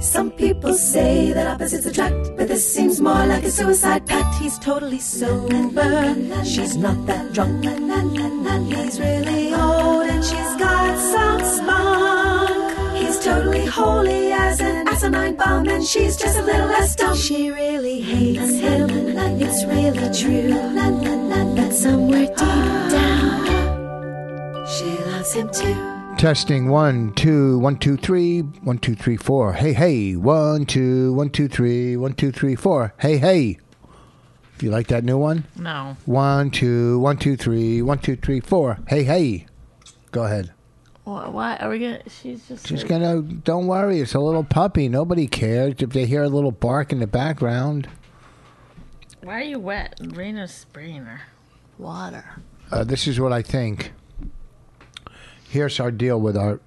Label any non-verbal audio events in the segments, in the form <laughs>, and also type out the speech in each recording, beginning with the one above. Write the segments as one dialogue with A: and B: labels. A: Some people say that opposites attract, but this seems more like a suicide pact. He's totally sober, she's not that drunk. He's really old and she's got some spunk. He's totally holy as an asinine bomb, and she's just a little less dumb. She really hates him, it's really true. But somewhere deep down, she loves him too.
B: Testing one, two, one, two, three, one, two, three, four. Hey, hey. One, two, one, two, three, one, two, three, four. Hey, hey. Do you like that new one?
C: No.
B: One, two, one, two, three, one, two, three, four. Hey, hey. Go ahead.
C: Why, why are we gonna? She's just.
B: She's
C: like-
B: gonna. Don't worry. It's a little puppy. Nobody cares if they hear a little bark in the background.
C: Why are you wet? Rain or spraying her. Water.
B: Uh, this is what I think. Here's our deal with our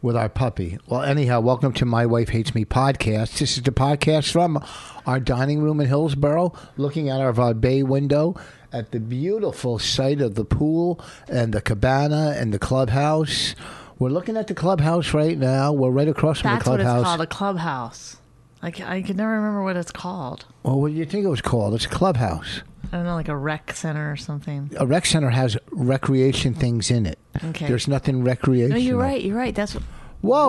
B: with our puppy. Well, anyhow, welcome to My Wife Hates Me podcast. This is the podcast from our dining room in Hillsboro, looking out of our bay window at the beautiful sight of the pool and the cabana and the clubhouse. We're looking at the clubhouse right now. We're right across from
C: That's
B: the
C: what it's
B: clubhouse.
C: called. A clubhouse. Like I can never remember what it's called.
B: Well, what do you think it was called? It's a clubhouse.
C: I don't know, like a rec center or something.
B: A rec center has recreation things in it.
C: Okay.
B: There's nothing recreational.
C: No, you're right. You're right. That's what,
B: Whoa,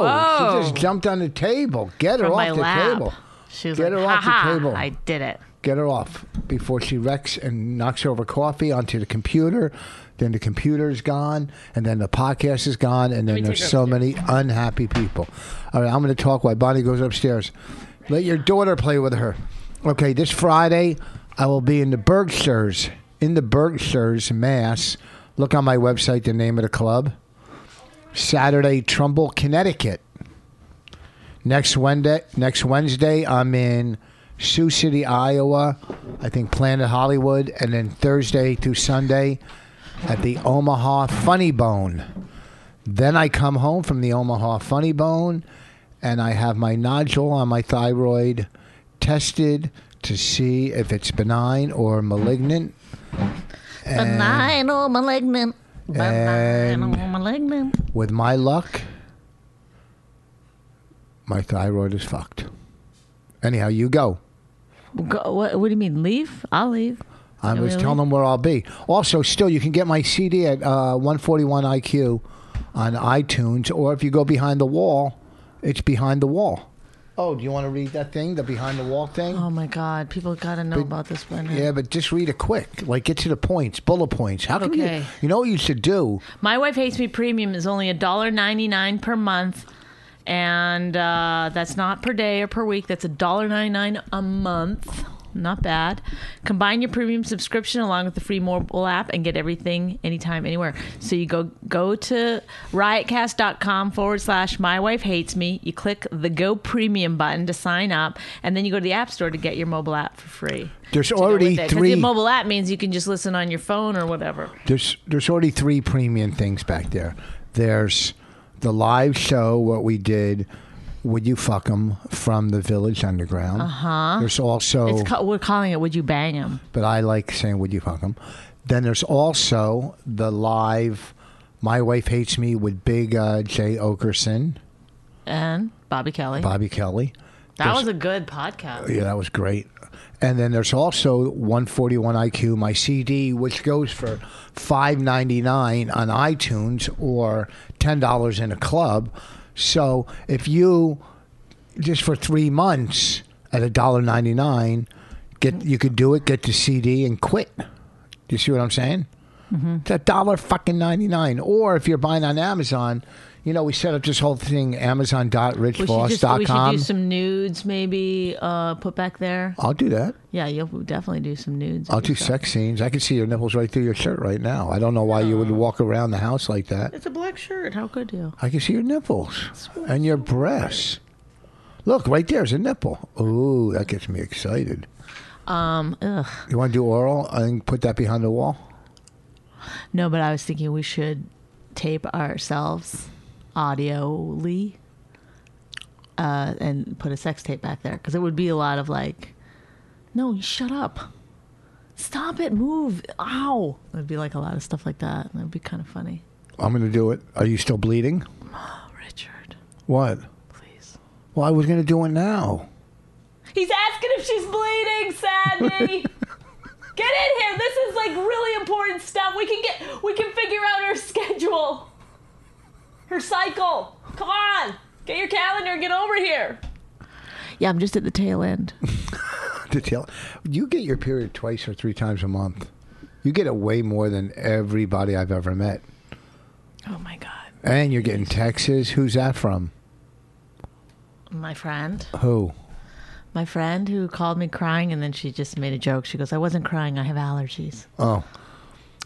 B: She
C: Whoa.
B: just jumped on the table. Get her
C: from
B: off
C: my
B: the
C: lap.
B: table.
C: She was
B: Get
C: like,
B: her off the
C: "Ha-ha,
B: table."
C: I did it.
B: Get her off before she wrecks and knocks over coffee onto the computer. Then the computer's gone, and then the podcast is gone, and then there's so many unhappy people. All right, I'm going to talk while Bonnie goes upstairs. Let your daughter play with her. Okay, this Friday, I will be in the Berkshires, in the Berkshires, Mass. Look on my website, the name of the club. Saturday, Trumbull, Connecticut. Next Wednesday, next Wednesday, I'm in Sioux City, Iowa. I think Planet Hollywood, and then Thursday through Sunday at the Omaha Funny Bone. Then I come home from the Omaha Funny Bone, and I have my nodule on my thyroid tested to see if it's benign or malignant.
C: Benign or malignant. Benign or malignant.
B: With my luck, my thyroid is fucked. Anyhow, you go.
C: Go, what, what do you mean? Leave? I'll leave.
B: I
C: Yeah,
B: was
C: really?
B: telling them where I'll be. Also, still, you can get my CD at uh, 141 IQ on iTunes, or if you go behind the wall, it's behind the wall. Oh, do you want to read that thing, the behind the wall thing?
C: Oh my God! People gotta know about this women.
B: yeah, but just read it quick. Like, get to the points, bullet points. How can you?
C: Okay.
B: You know what you should do?
C: My Wife Hates Me Premium is only $1.99 per month. And uh, that's not per day or per week. That's $1.99 a month. Not bad. Combine your premium subscription along with the free mobile app and get everything anytime, anywhere. So you go go to riotcast.com forward slash my wife hates me. You click the go premium button to sign up, and then you go to the app store to get your mobile app for free.
B: There's
C: To go with
B: already
C: it. 'Cause
B: three-
C: The mobile app means you can just listen on your phone or whatever.
B: There's there's already three premium things back there. There's the live show, what we did, would you fuck 'em from the Village Underground. Uh huh. There's also
C: Uh-huh. It's ca- we're calling it Would You Bang Him?
B: but I like saying "Would you fuck him?" Then there's also the live "My Wife Hates Me" with Big uh, Jay Okerson,
C: and Bobby Kelly.
B: Bobby Kelly.
C: that was a good podcast.
B: Yeah, that was great. And then there's also 141 IQ, my CD, which goes for 5.99 on iTunes or ten dollars in a club. So if you just for three months at a dollar ninety nine, get you could do it, get the CD, and quit. You see what I'm saying?
C: Mm-hmm.
B: It's a dollar fucking ninety nine. Or if you're buying on Amazon, you know we set up this whole thing
C: We should, just, we should
B: Amazon.richvoss.com.
C: do some nudes, maybe uh, put back there.
B: I'll do that.
C: Yeah, you'll definitely do some nudes.
B: I'll do sex scenes. I can see your nipples right through your shirt right now. I don't know why you would walk around the house like that.
C: It's a black shirt. How could you?
B: I can see your nipples and your breasts. Look, right there's a nipple. Ooh, that gets me excited.
C: Um, ugh.
B: You want to do oral and put that behind the wall?
C: No, but I was thinking we should tape ourselves audioly uh, and put a sex tape back there because it would be a lot of like, no, you shut up. Stop it, move. Ow. It'd be like a lot of stuff like that. It'd be kind of funny.
B: I'm going to do it. Are you still bleeding?
C: Oh, Richard,
B: What?
C: please.
B: Well, I was going to do it now.
C: He's asking <laughs> if she's bleeding, Sadie. get in here. This is like really important stuff. We can get we can figure out her schedule. Her cycle. Come on. Get your calendar, get over here. Yeah, I'm just at the tail end.
B: To tell you get your period twice or three times a month. You get it way more than everybody I've ever met.
C: oh my god.
B: And you're getting Texas. Who's that from?
C: My friend.
B: Who?
C: My friend who called me crying and then she just made a joke. She goes, I wasn't crying, I have allergies.
B: Oh,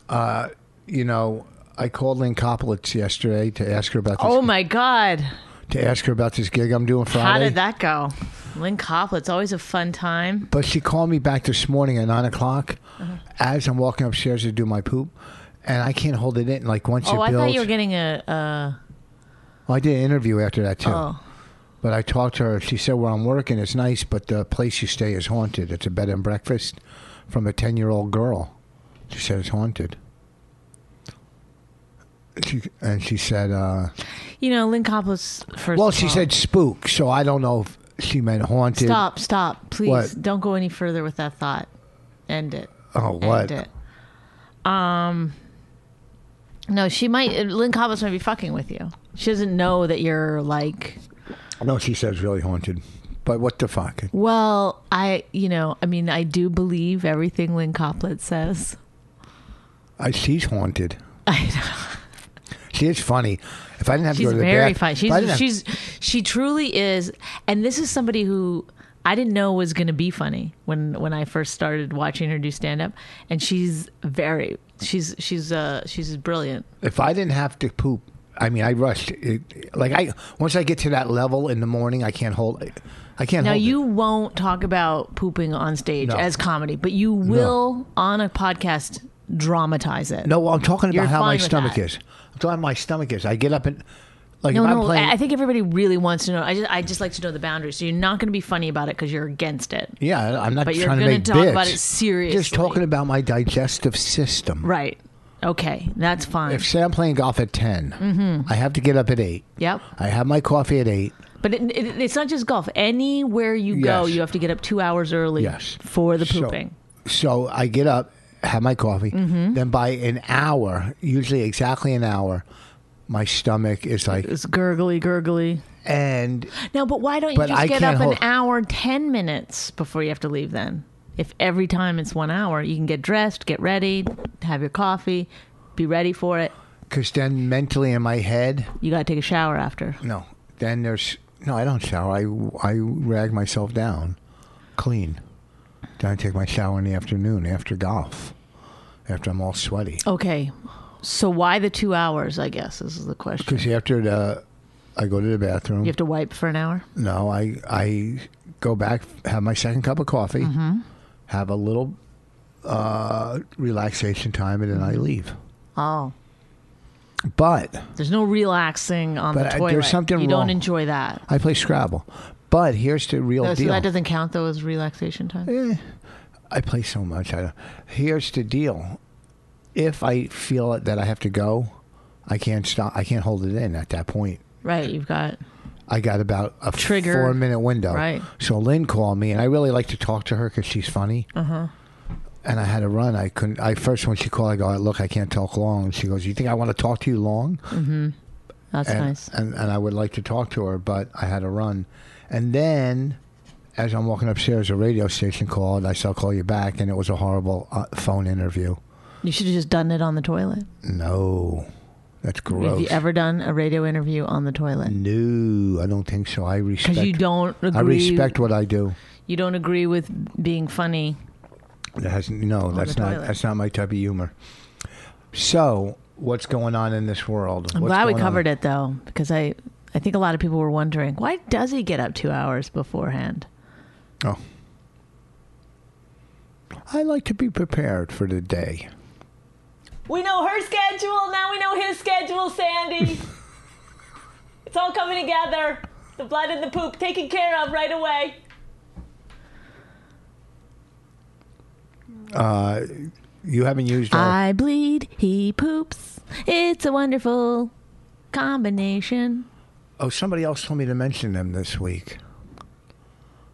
B: uh, you know, I called Lynn Koplitz yesterday to ask her about this,
C: Oh my god.
B: to ask her about this gig I'm doing Friday.
C: How did that go? Lynn Coplett's always a fun time.
B: But she called me back this morning at nine o'clock
C: Uh-huh.
B: as I'm walking upstairs to do my poop, and I can't hold it in. Like once
C: Oh,
B: it
C: I
B: builds,
C: thought you were getting a, a
B: Well, I did an interview after that too.
C: oh.
B: But I talked to her. She said where I'm working is nice, but the place you stay is haunted. It's a bed and breakfast from a ten year old girl. She said it's haunted. She, and she said, uh,
C: You know, Lynn Coppolis first.
B: "Well,
C: of
B: she
C: all-
B: said spook." So I don't know if she meant haunted.
C: "Stop, stop, please,
B: What?
C: don't go any further with that thought. End it.
B: Oh, what?
C: End it." Um, no, she might. Lynn Coppolis might be fucking with you. She doesn't know that you're like.
B: No, she said it's really haunted. But what the fuck?
C: Well, I, you know, I mean, I do believe everything Lynn Coppolis says. <laughs>
B: I, she's haunted.
C: I know.
B: She is funny. If I didn't have
C: She's
B: to go to the
C: very
B: bath-
C: funny.
B: if I didn't
C: She's
B: have-
C: she's she truly is, and this is somebody who I didn't know was going to be funny when when I first started watching her do stand up, and she's very she's she's uh she's brilliant.
B: if I didn't have to poop, I mean, I rushed. It, like I once I get to that level in the morning, I can't hold. it. I can't.
C: Now
B: hold
C: you
B: It.
C: won't talk about pooping on stage
B: No.
C: as comedy, but you will on a podcast dramatize it.
B: No, I'm talking
C: You're
B: about how my
C: fine with
B: stomach
C: that.
B: is. I'm talking how my stomach is. I get up and like
C: No,
B: if I'm
C: no,
B: playing.
C: I I think everybody really wants to know. I just, I just like to know the boundaries. So you're not going to be funny about it because you're against it,
B: yeah, I'm not
C: But you're
B: trying to
C: gonna
B: make
C: talk about
B: bits.
C: it seriously.
B: Just talking about my digestive system.
C: right? Okay, that's fine.
B: If say I'm playing golf at 10
C: Mm-hmm.
B: I have to get up at eight.
C: Yep.
B: I have my coffee at eight.
C: But it, it, it's not just golf. Anywhere you go,
B: Yes.
C: you have to get up two hours early
B: Yes.
C: for the
B: So-
C: pooping. Mm-hmm.
B: So, I get up, have my coffee. Then by an hour, usually exactly an hour, my stomach is like,
C: it's gurgly, gurgly.
B: and
C: No, but why don't you
B: But
C: just
B: I
C: get
B: can't
C: up
B: hold-
C: an hour, 10 minutes before you have to leave then? If every time it's one hour, you can get dressed, get ready, have your coffee, be ready for it.
B: because then mentally in my head,
C: You got to take a shower after.
B: no. Then there's no. I don't shower. I I rag myself down, clean. Then I take my shower in the afternoon after golf, after I'm all sweaty.
C: Okay. So why the two hours, I guess, is the question.
B: Because after the, I go to the bathroom.
C: You have to wipe for an hour?
B: No, I I go back, have my second cup of coffee, have a little uh, relaxation time, and then I leave.
C: Oh.
B: But
C: There's no relaxing on
B: But,
C: the
B: uh,
C: toilet.
B: there's something
C: you
B: wrong.
C: don't enjoy that.
B: I play Scrabble. But here's the real
C: No, so
B: deal. Eh.
C: that doesn't count though as relaxation time.
B: I play so much. I don't. Here's the deal. If I feel it that I have to go, I can't stop. I can't hold it in at that point.
C: Right, you've got
B: I got about a
C: Trigger.
B: four minute window.
C: Right.
B: So Lynn called me, and I really like to talk to her because she's funny. Uh huh.
C: Uh-huh.
B: And I had to run. I couldn't. I first when she called, I go, "Look, I can't talk long." And she goes, "You think I want to talk to you long?"
C: that's
B: and,
C: nice.
B: and and I would like to talk to her, but I had to run. And then, as I'm walking upstairs, a radio station called. I said, "I'll call you back," and it was a horrible uh, phone interview.
C: You should have just done it on the toilet.
B: No, that's
C: Have
B: gross.
C: you ever done a radio interview on the toilet?
B: no, I don't think so. I respect.
C: Because you don't agree.
B: I respect what I do.
C: You don't agree with being funny.
B: That has no. That's
C: the
B: not.
C: toilet.
B: That's not my type of humor. So, what's going on in this world?
C: I'm glad we covered it though, because I I think a lot of people were wondering why does he get up two hours beforehand?
B: Oh, I like to be prepared for the day.
C: We know her schedule. Now we know his schedule, Sandy. it's all coming together. The blood and the poop taken care of right away.
B: Uh, You haven't used our.
C: I bleed, he poops. It's a wonderful combination.
B: oh, somebody else told me to mention them this week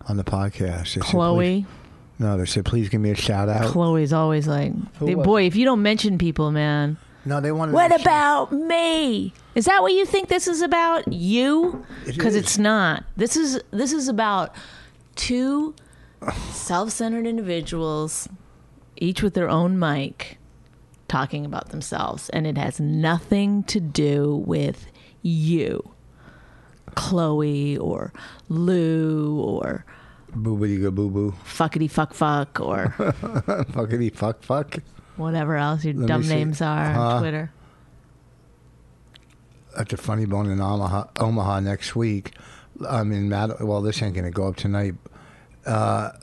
B: on the podcast. They said,
C: Chloe.
B: please- no, they said, please give me a shout out.
C: Chloe's always like,
B: Who was
C: boy,
B: it?
C: if you don't mention people, man.
B: no, they wanted.
C: What
B: to-
C: about me? Is that what you think this is about? You?
B: It
C: Because
B: is.
C: it's not. This is this is about two self-centered individuals, each with their own mic, talking about themselves, and it has nothing to do with you, Chloe or Lou or
B: Boobity go boo boo. <laughs>
C: fuckity fuck fuck or
B: Fuckity fuck fuck.
C: whatever else your
B: Let me
C: dumb
B: see.
C: names are
B: Uh,
C: on Twitter.
B: at the Funny Bone in Omaha, Omaha next week. I'm in Mad. Well, this ain't going to go up tonight. Uh,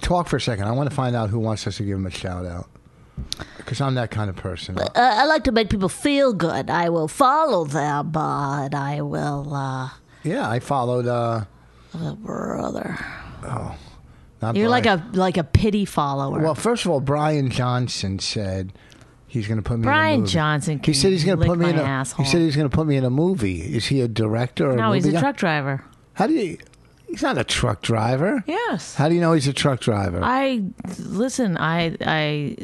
B: talk for a second. I want to find out who wants us to give him a shout out because I'm that kind of person.
C: uh, I like to make people feel good. I will follow them, but I will, uh,
B: yeah, I followed. Uh,
C: brother.
B: not
C: You're like
B: Brian.
C: a like a pity follower.
B: Well, first of all, Brian Johnson said he's going to put me. in a
C: Brian
B: movie.
C: Johnson
B: He
C: can
B: said he's going to
C: lick
B: put me
C: my
B: in a.
C: asshole.
B: He said he's going to put me in a movie. Is he a director? Or
C: no,
B: a
C: he's
B: movie
C: a
B: guy?
C: truck driver.
B: How do you? He's not a truck driver.
C: Yes.
B: How do you know he's a truck driver?
C: I listen. I I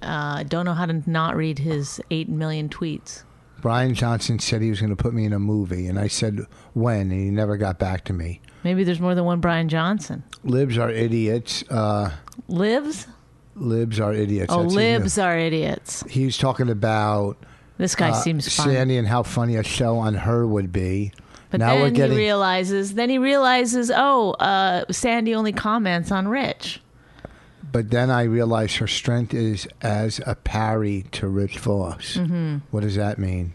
C: uh, don't know how to not read his eight million tweets.
B: Brian Johnson said he was going to put me in a movie, and I said when, and he never got back to me.
C: Maybe there's more than one Brian Johnson.
B: Libs are idiots. Uh,
C: Libs?
B: libs are idiots.
C: Oh,
B: That's his new-
C: libs are idiots.
B: He was talking about
C: This guy
B: uh,
C: seems fun.
B: Sandy and how funny a show on her would be.
C: But
B: now
C: then
B: we're getting.
C: he realizes. Then he realizes. Oh, uh, Sandy only comments on Rich.
B: but then I realized her strength is as a parry to Rich Voss.
C: Mm-hmm.
B: What does that mean?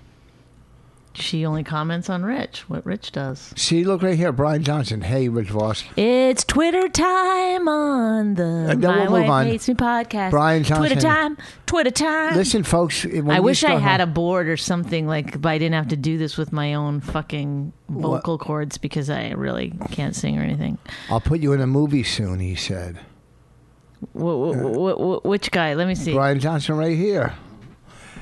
C: She only comments on Rich. What Rich does.
B: See, look right here, Brian Johnson. Hey, Rich
C: <gasps>
B: Voss.
C: It's Twitter time on the
B: Uh, then we'll
C: My
B: move
C: Wife
B: on.
C: Hates Me podcast.
B: Brian Johnson.
C: Twitter time. Twitter time.
B: Listen, folks. When
C: I
B: you
C: wish I
B: start-
C: had a board or something like, but I didn't have to do this with my own fucking vocal cords because I really can't sing or anything.
B: I'll put you in a movie soon. He said.
C: Wh- wh- wh- wh- which guy? Let me see.
B: Uh, Brian Johnson, right here.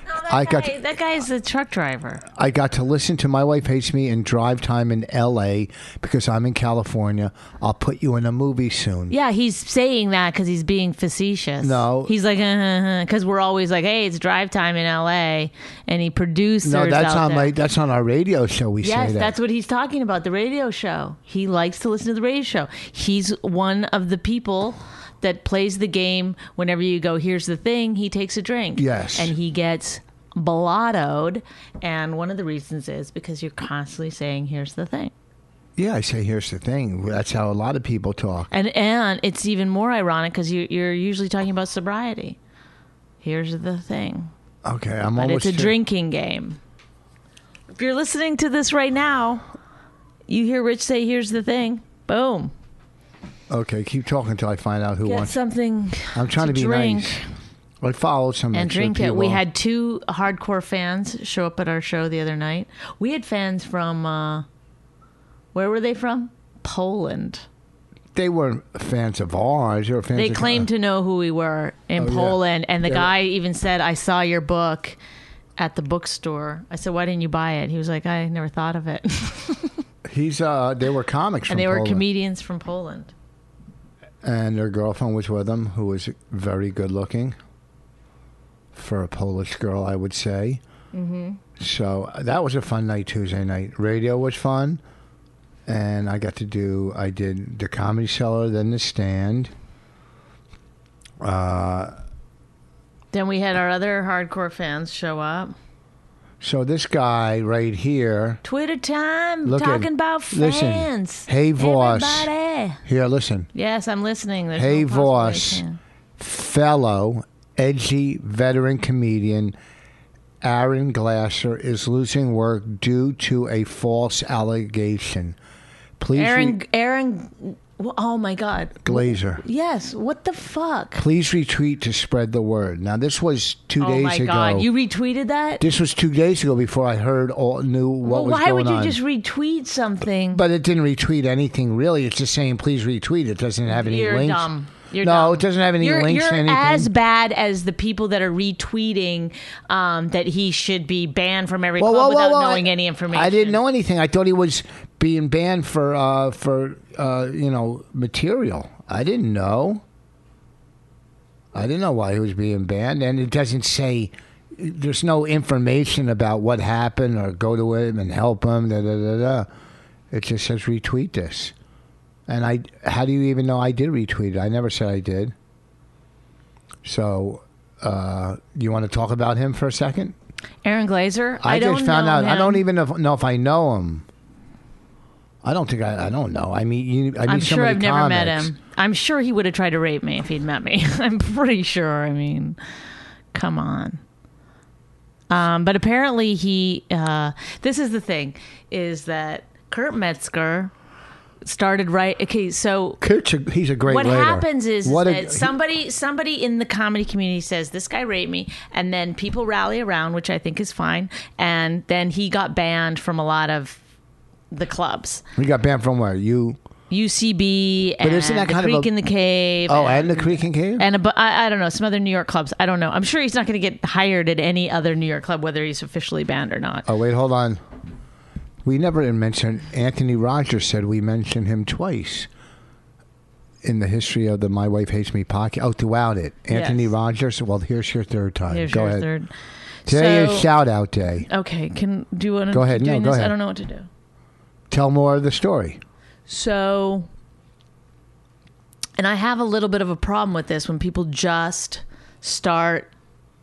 C: that,
B: I
C: guy,
B: got-
C: that guy is the truck driver.
B: I got to listen to My Wife Hates Me in drive time in LA because I'm in California. I'll put you in a movie soon.
C: Yeah, he's saying that because he's being facetious.
B: No.
C: he's like uh, because we're always like, hey, it's drive time in L.A. and he producers.
B: no, that's
C: out
B: on
C: there.
B: my that's on our radio show we
C: Yes,
B: say that.
C: that's what he's talking about. The radio show. He likes to listen to the radio show. He's one of the people that plays the game. Whenever you go, here's the thing. He takes a drink.
B: Yes.
C: and he gets blottoed. And one of the reasons is because you're constantly saying, "Here's the thing."
B: yeah, I say here's the thing. That's how a lot of people talk.
C: And and it's even more ironic because you, you're usually talking about sobriety. Here's the thing,
B: Okay, I'm
C: but
B: almost
C: it's a
B: to-
C: drinking game. If you're listening to this right now, you hear Rich say, "Here's the thing." Boom.
B: Okay, keep talking until I find out who
C: Get
B: wants.
C: something.
B: I'm trying to, be
C: drink
B: nice. I followed some
C: and
B: extra
C: drink it. We
B: people.
C: had two hardcore fans show up at our show the other night. We had fans from uh, where were they from? Poland.
B: they weren't fans of ours. They were fans.
C: They
B: of-
C: claimed to know who we were in
B: Oh, yeah.
C: Poland, and the
B: Yeah,
C: guy even said, "I saw your book at the bookstore." I said, "Why didn't you buy it?" He was like, "I never thought of it." <laughs>
B: he's uh, they were comics from
C: and they were
B: Poland.
C: comedians from Poland.
B: and their girlfriend was with them, who was very good looking for a Polish girl, I would say. Mm-hmm. So uh, that was a fun night, Tuesday night. Radio was fun, and I got to do. I did the Comedy Cellar, then the Stand. Uh,
C: Then we had our other hardcore fans show up.
B: So this guy right here,
C: Twitter time,
B: Look at-
C: talking about
B: listen.
C: fans.
B: Hey, Voss.
C: Everybody.
B: here, listen,
C: Yes, I'm listening. There's
B: Hey,
C: no possible way I
B: Voss.
C: can.
B: fellow edgy veteran comedian. Aaron Glasser is losing work due to a false allegation. Please re-
C: Aaron Aaron Well, oh my God.
B: Glazer.
C: Yes. What the fuck?
B: Please retweet to spread the word. Now this was two
C: Oh
B: days
C: my
B: ago.
C: God. You retweeted that?
B: this was two days ago before I heard all knew what
C: well,
B: was
C: why
B: going
C: would you
B: on.
C: just retweet something?
B: but it didn't retweet anything really. It's just saying please retweet. It doesn't have any
C: you're
B: links.
C: dumb. You're
B: no,
C: dumb.
B: it doesn't have any
C: you're,
B: links.
C: You're
B: to anything.
C: as bad as the people that are retweeting um, that he should be banned from every
B: Whoa,
C: club
B: whoa, whoa,
C: without
B: whoa.
C: knowing
B: I-
C: any information.
B: I didn't know anything. I thought he was being banned for uh, for uh, you know material. I didn't know. I didn't know why he was being banned, and it doesn't say. There's no information about what happened or go to him and help him. Da, da, da, da. It just says retweet this, and I. How do you even know I did retweet it? I never said I did. So, uh, you want to talk about him for a second?
C: Aaron Glazer. I,
B: I,
C: don't
B: just found
C: know
B: out. I
C: him.
B: don't even know if I know him. I don't think I. I don't know. I mean, you, I meet
C: I'm
B: so
C: sure
B: many
C: I've never met
B: comics.
C: him. I'm sure he would have tried to rape me if he'd met me. <laughs> I'm pretty sure. I mean, come on. Um, but apparently he. Uh, this is the thing: is that Kurt Metzger started right. Okay, so
B: Kurt's a, uh, he's a great.
C: what
B: writer.
C: happens is, is
B: What a-
C: that somebody somebody in the comedy community says this guy raped me and then people rally around which i think is fine and then he got banned from a lot of the clubs
B: he got banned from where you.
C: ucb and
B: isn't that
C: the
B: kind of
C: creek
B: a-
C: in the cave
B: Oh, and the Creek and Cave.
C: and a bu- I, I don't know some other new york clubs i don't know i'm sure he's not going to get hired at any other new york club whether he's officially banned or not
B: oh wait, hold on. We never mentioned Anthony Rogers. Said we mentioned him twice in the history of the My Wife Hates Me podcast. Oh, throughout it, Anthony
C: Yes.
B: Rogers. Well, here's your third time.
C: Here's
B: go
C: your
B: ahead.
C: third.
B: Today
C: So-
B: is shout out day.
C: okay can do you want to
B: Go ahead. No, go
C: this?
B: ahead.
C: i don't know what to do
B: Tell more of the story.
C: So, and I have a little bit of a problem with this when people just start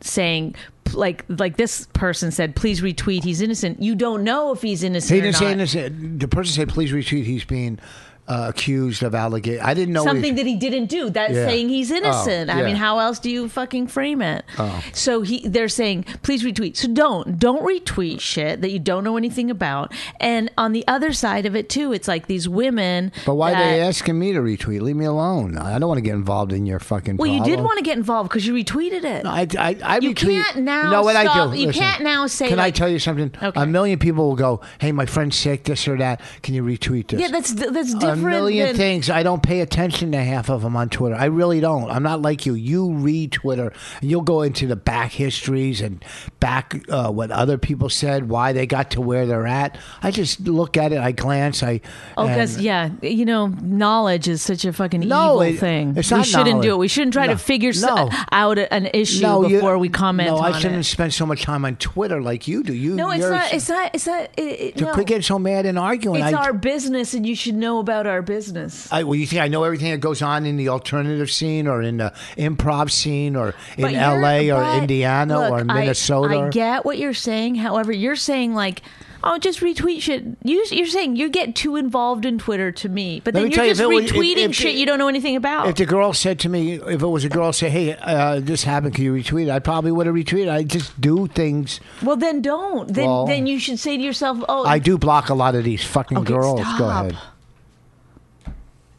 C: saying like like this person said, please retweet, he's innocent. You don't know if he's innocent.
B: He
C: or
B: didn't say
C: not.
B: innocent. The person said, "Please retweet." He's being uh, accused of allegation. I didn't know
C: something
B: he-
C: that he didn't do. That's
B: Yeah.
C: saying he's innocent.
B: Oh,
C: I mean,
B: yeah. Oh.
C: how else do you fucking frame it? So he, they're saying, please retweet. So don't, don't retweet shit that you don't know anything about. And on the other side of it too, it's like these women.
B: But why
C: that-
B: they asking me to retweet? Leave me alone. I don't want to get involved in your fucking.
C: Well, you did
B: problem.
C: want to get involved because you retweeted it.
B: I, I, I
C: You
B: retweet-
C: can't now
B: You know what I
C: stop-
B: do?
C: you
B: Listen,
C: can't now say,
B: Can
C: like-
B: I tell you something?
C: Okay.
B: A million people will go, "Hey, my friend's sick. This or that. Can you retweet this?"
C: yeah, that's that's
B: a
C: different.
B: million
C: than,
B: things. I don't pay attention to half of them on Twitter. I really don't. I'm not like you. You read Twitter and you'll go into the back histories and back uh, what other people said, why they got to where they're at. I just look at it. I glance. I
C: Oh,
B: and-
C: because yeah, you know, knowledge is such a fucking
B: No,
C: evil
B: it-
C: thing.
B: it's
C: we
B: not
C: shouldn't
B: knowledge.
C: do it. We shouldn't try
B: No,
C: to figure s-
B: no.
C: out a- an issue
B: you-
C: before we comment.
B: No,
C: on
B: I shouldn't
C: It.
B: spend so much time on Twitter like you do. You
C: No, it's
B: you're-
C: not. It's not. It's not. It, it,
B: to
C: no.
B: quit getting so mad and arguing.
C: It's
B: I,
C: our business, and you should know about our business.
B: I, well, you think I know everything that goes on in the alternative scene or in the improv scene or in
C: But you're-
B: LA or
C: but-
B: Indiana
C: look,
B: or
C: I-
B: Minnesota?
C: I, get what you're saying. However, you're saying like, oh, just retweet shit. You, you're saying you get too involved in Twitter to me, but
B: Let
C: then
B: me tell
C: you're
B: you,
C: just
B: if it was- if-
C: retweeting
B: if-
C: shit you don't know anything about.
B: If the girl said to me, if it was a girl, say, "Hey, uh, this happened. Can you retweet?" it?" I probably would have retweeted. I just do things.
C: well, then don't. Then
B: Well-
C: then you should say to yourself, oh,
B: I do block a lot of these fucking
C: Okay,
B: girls. Go
C: stop.
B: ahead.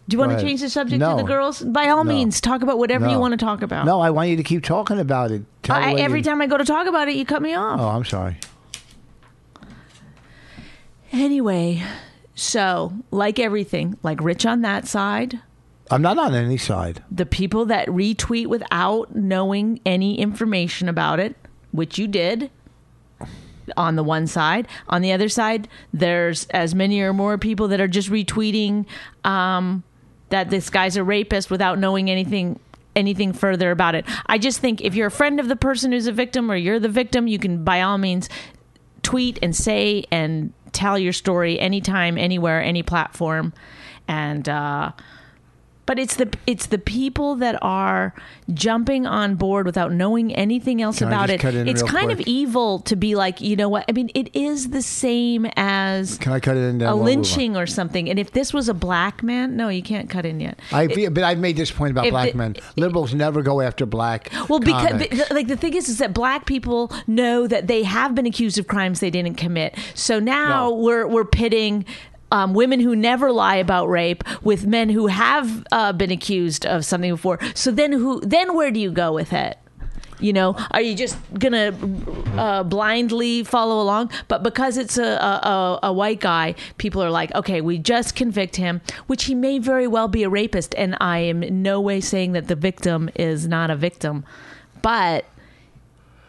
C: Do you
B: Go
C: want to
B: ahead.
C: change the subject
B: No.
C: to the girls? By all
B: No.
C: means, talk about whatever you
B: No.
C: want to talk about.
B: No, I want you to keep talking about it. Tell
C: Oh. I,
B: what
C: every
B: you-
C: time I go to talk about it, you cut me off.
B: Oh, I'm sorry.
C: Anyway, so like everything, like Rich on that side,
B: I'm not on any side.
C: the people that retweet without knowing any information about it, which you did on the one side. On the other side, there's as many or more people that are just retweeting um, that this guy's a rapist without knowing anything anything further about it. I just think if you're a friend of the person who's a victim or you're the victim, you can by all means tweet and say and tell your story anytime, anywhere, any platform. And uh, but it's the it's the people that are jumping on board without knowing anything else
B: Can I
C: about
B: just
C: it.
B: cut in
C: It's
B: real
C: kind
B: quick?
C: of evil to be like, you know what? I mean, it is the same as
B: Can I cut it in? then
C: a
B: we'll move on?
C: lynching or something. And if this was a black man, no, you can't cut in yet.
B: I feel, but I've made this point about
C: if
B: black
C: the-
B: men. Liberals never go after black.
C: Well, because
B: comics.
C: the, like the thing is, is that black people know that they have been accused of crimes they didn't commit. So now
B: No.
C: we're we're pitting. um, women who never lie about rape with men who have uh, been accused of something before. So then who then where do you go with it? You know, are you just gonna uh, blindly follow along? But because it's a, a, a, a white guy, people are like, okay, we just convict him, which he may very well be a rapist. And I am in no way saying that the victim is not a victim, but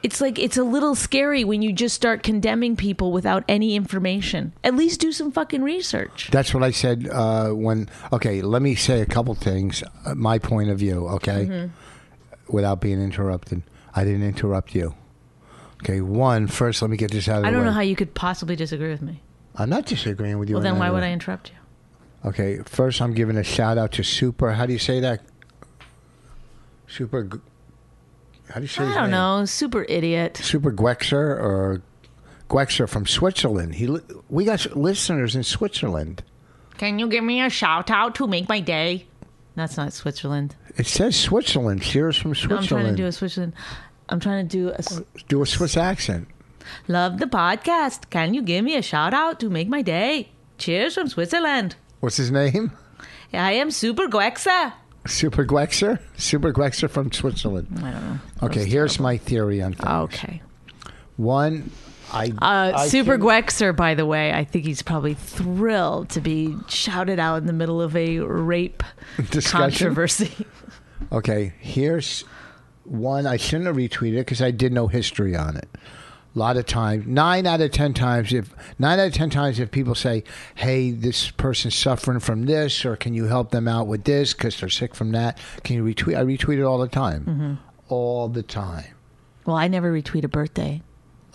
C: it's like it's a little scary when you just start condemning people without any information. At least do some fucking research.
B: That's what I said uh, when. Okay, let me say a couple things. uh, My point of view, okay,
C: Mm-hmm.
B: without being interrupted. I didn't interrupt you. Okay, one first. Let me get this out of the
C: I don't
B: way.
C: know how you could possibly disagree with me.
B: I'm not disagreeing with you.
C: Well,
B: in
C: then
B: any
C: why would I
B: way.
C: interrupt you?
B: Okay, first I'm giving a shout out to Super. How do you say that? Super. G- How do you say?
C: I
B: his
C: don't
B: name?
C: know. Super idiot.
B: Super Gwexer or Gwexer from Switzerland. He li- we got s- listeners in Switzerland.
C: Can you give me a shout out to make my day? That's not Switzerland.
B: It says Switzerland. Cheers from
C: No, I'm trying to
B: Switzerland.
C: do a Switzerland. I'm trying to do a. s-
B: do a Swiss accent.
C: Love the podcast. Can you give me a shout out to make my day? Cheers from Switzerland.
B: What's his name? <laughs>
C: I am Super Guexa.
B: Super Gwexer. Super Gwexer from Switzerland.
C: I don't know.
B: Okay, here's my theory on things.
C: Okay.
B: One, I
C: Uh,
B: I
C: Super
B: think-
C: Gwexer, by the way, I think he's probably thrilled to be shouted out in the middle of a rape
B: <laughs> Discussion?
C: controversy.
B: Okay, here's one I shouldn't have retweeted because I did no history on it. A lot of times, nine out of ten times, if nine out of ten times, if people say, "Hey, this person's suffering from this," or "Can you help them out with this because they're sick from that?" Can you retweet? I retweet it all the time,
C: Mm-hmm.
B: all the time.
C: Well, I never retweet a birthday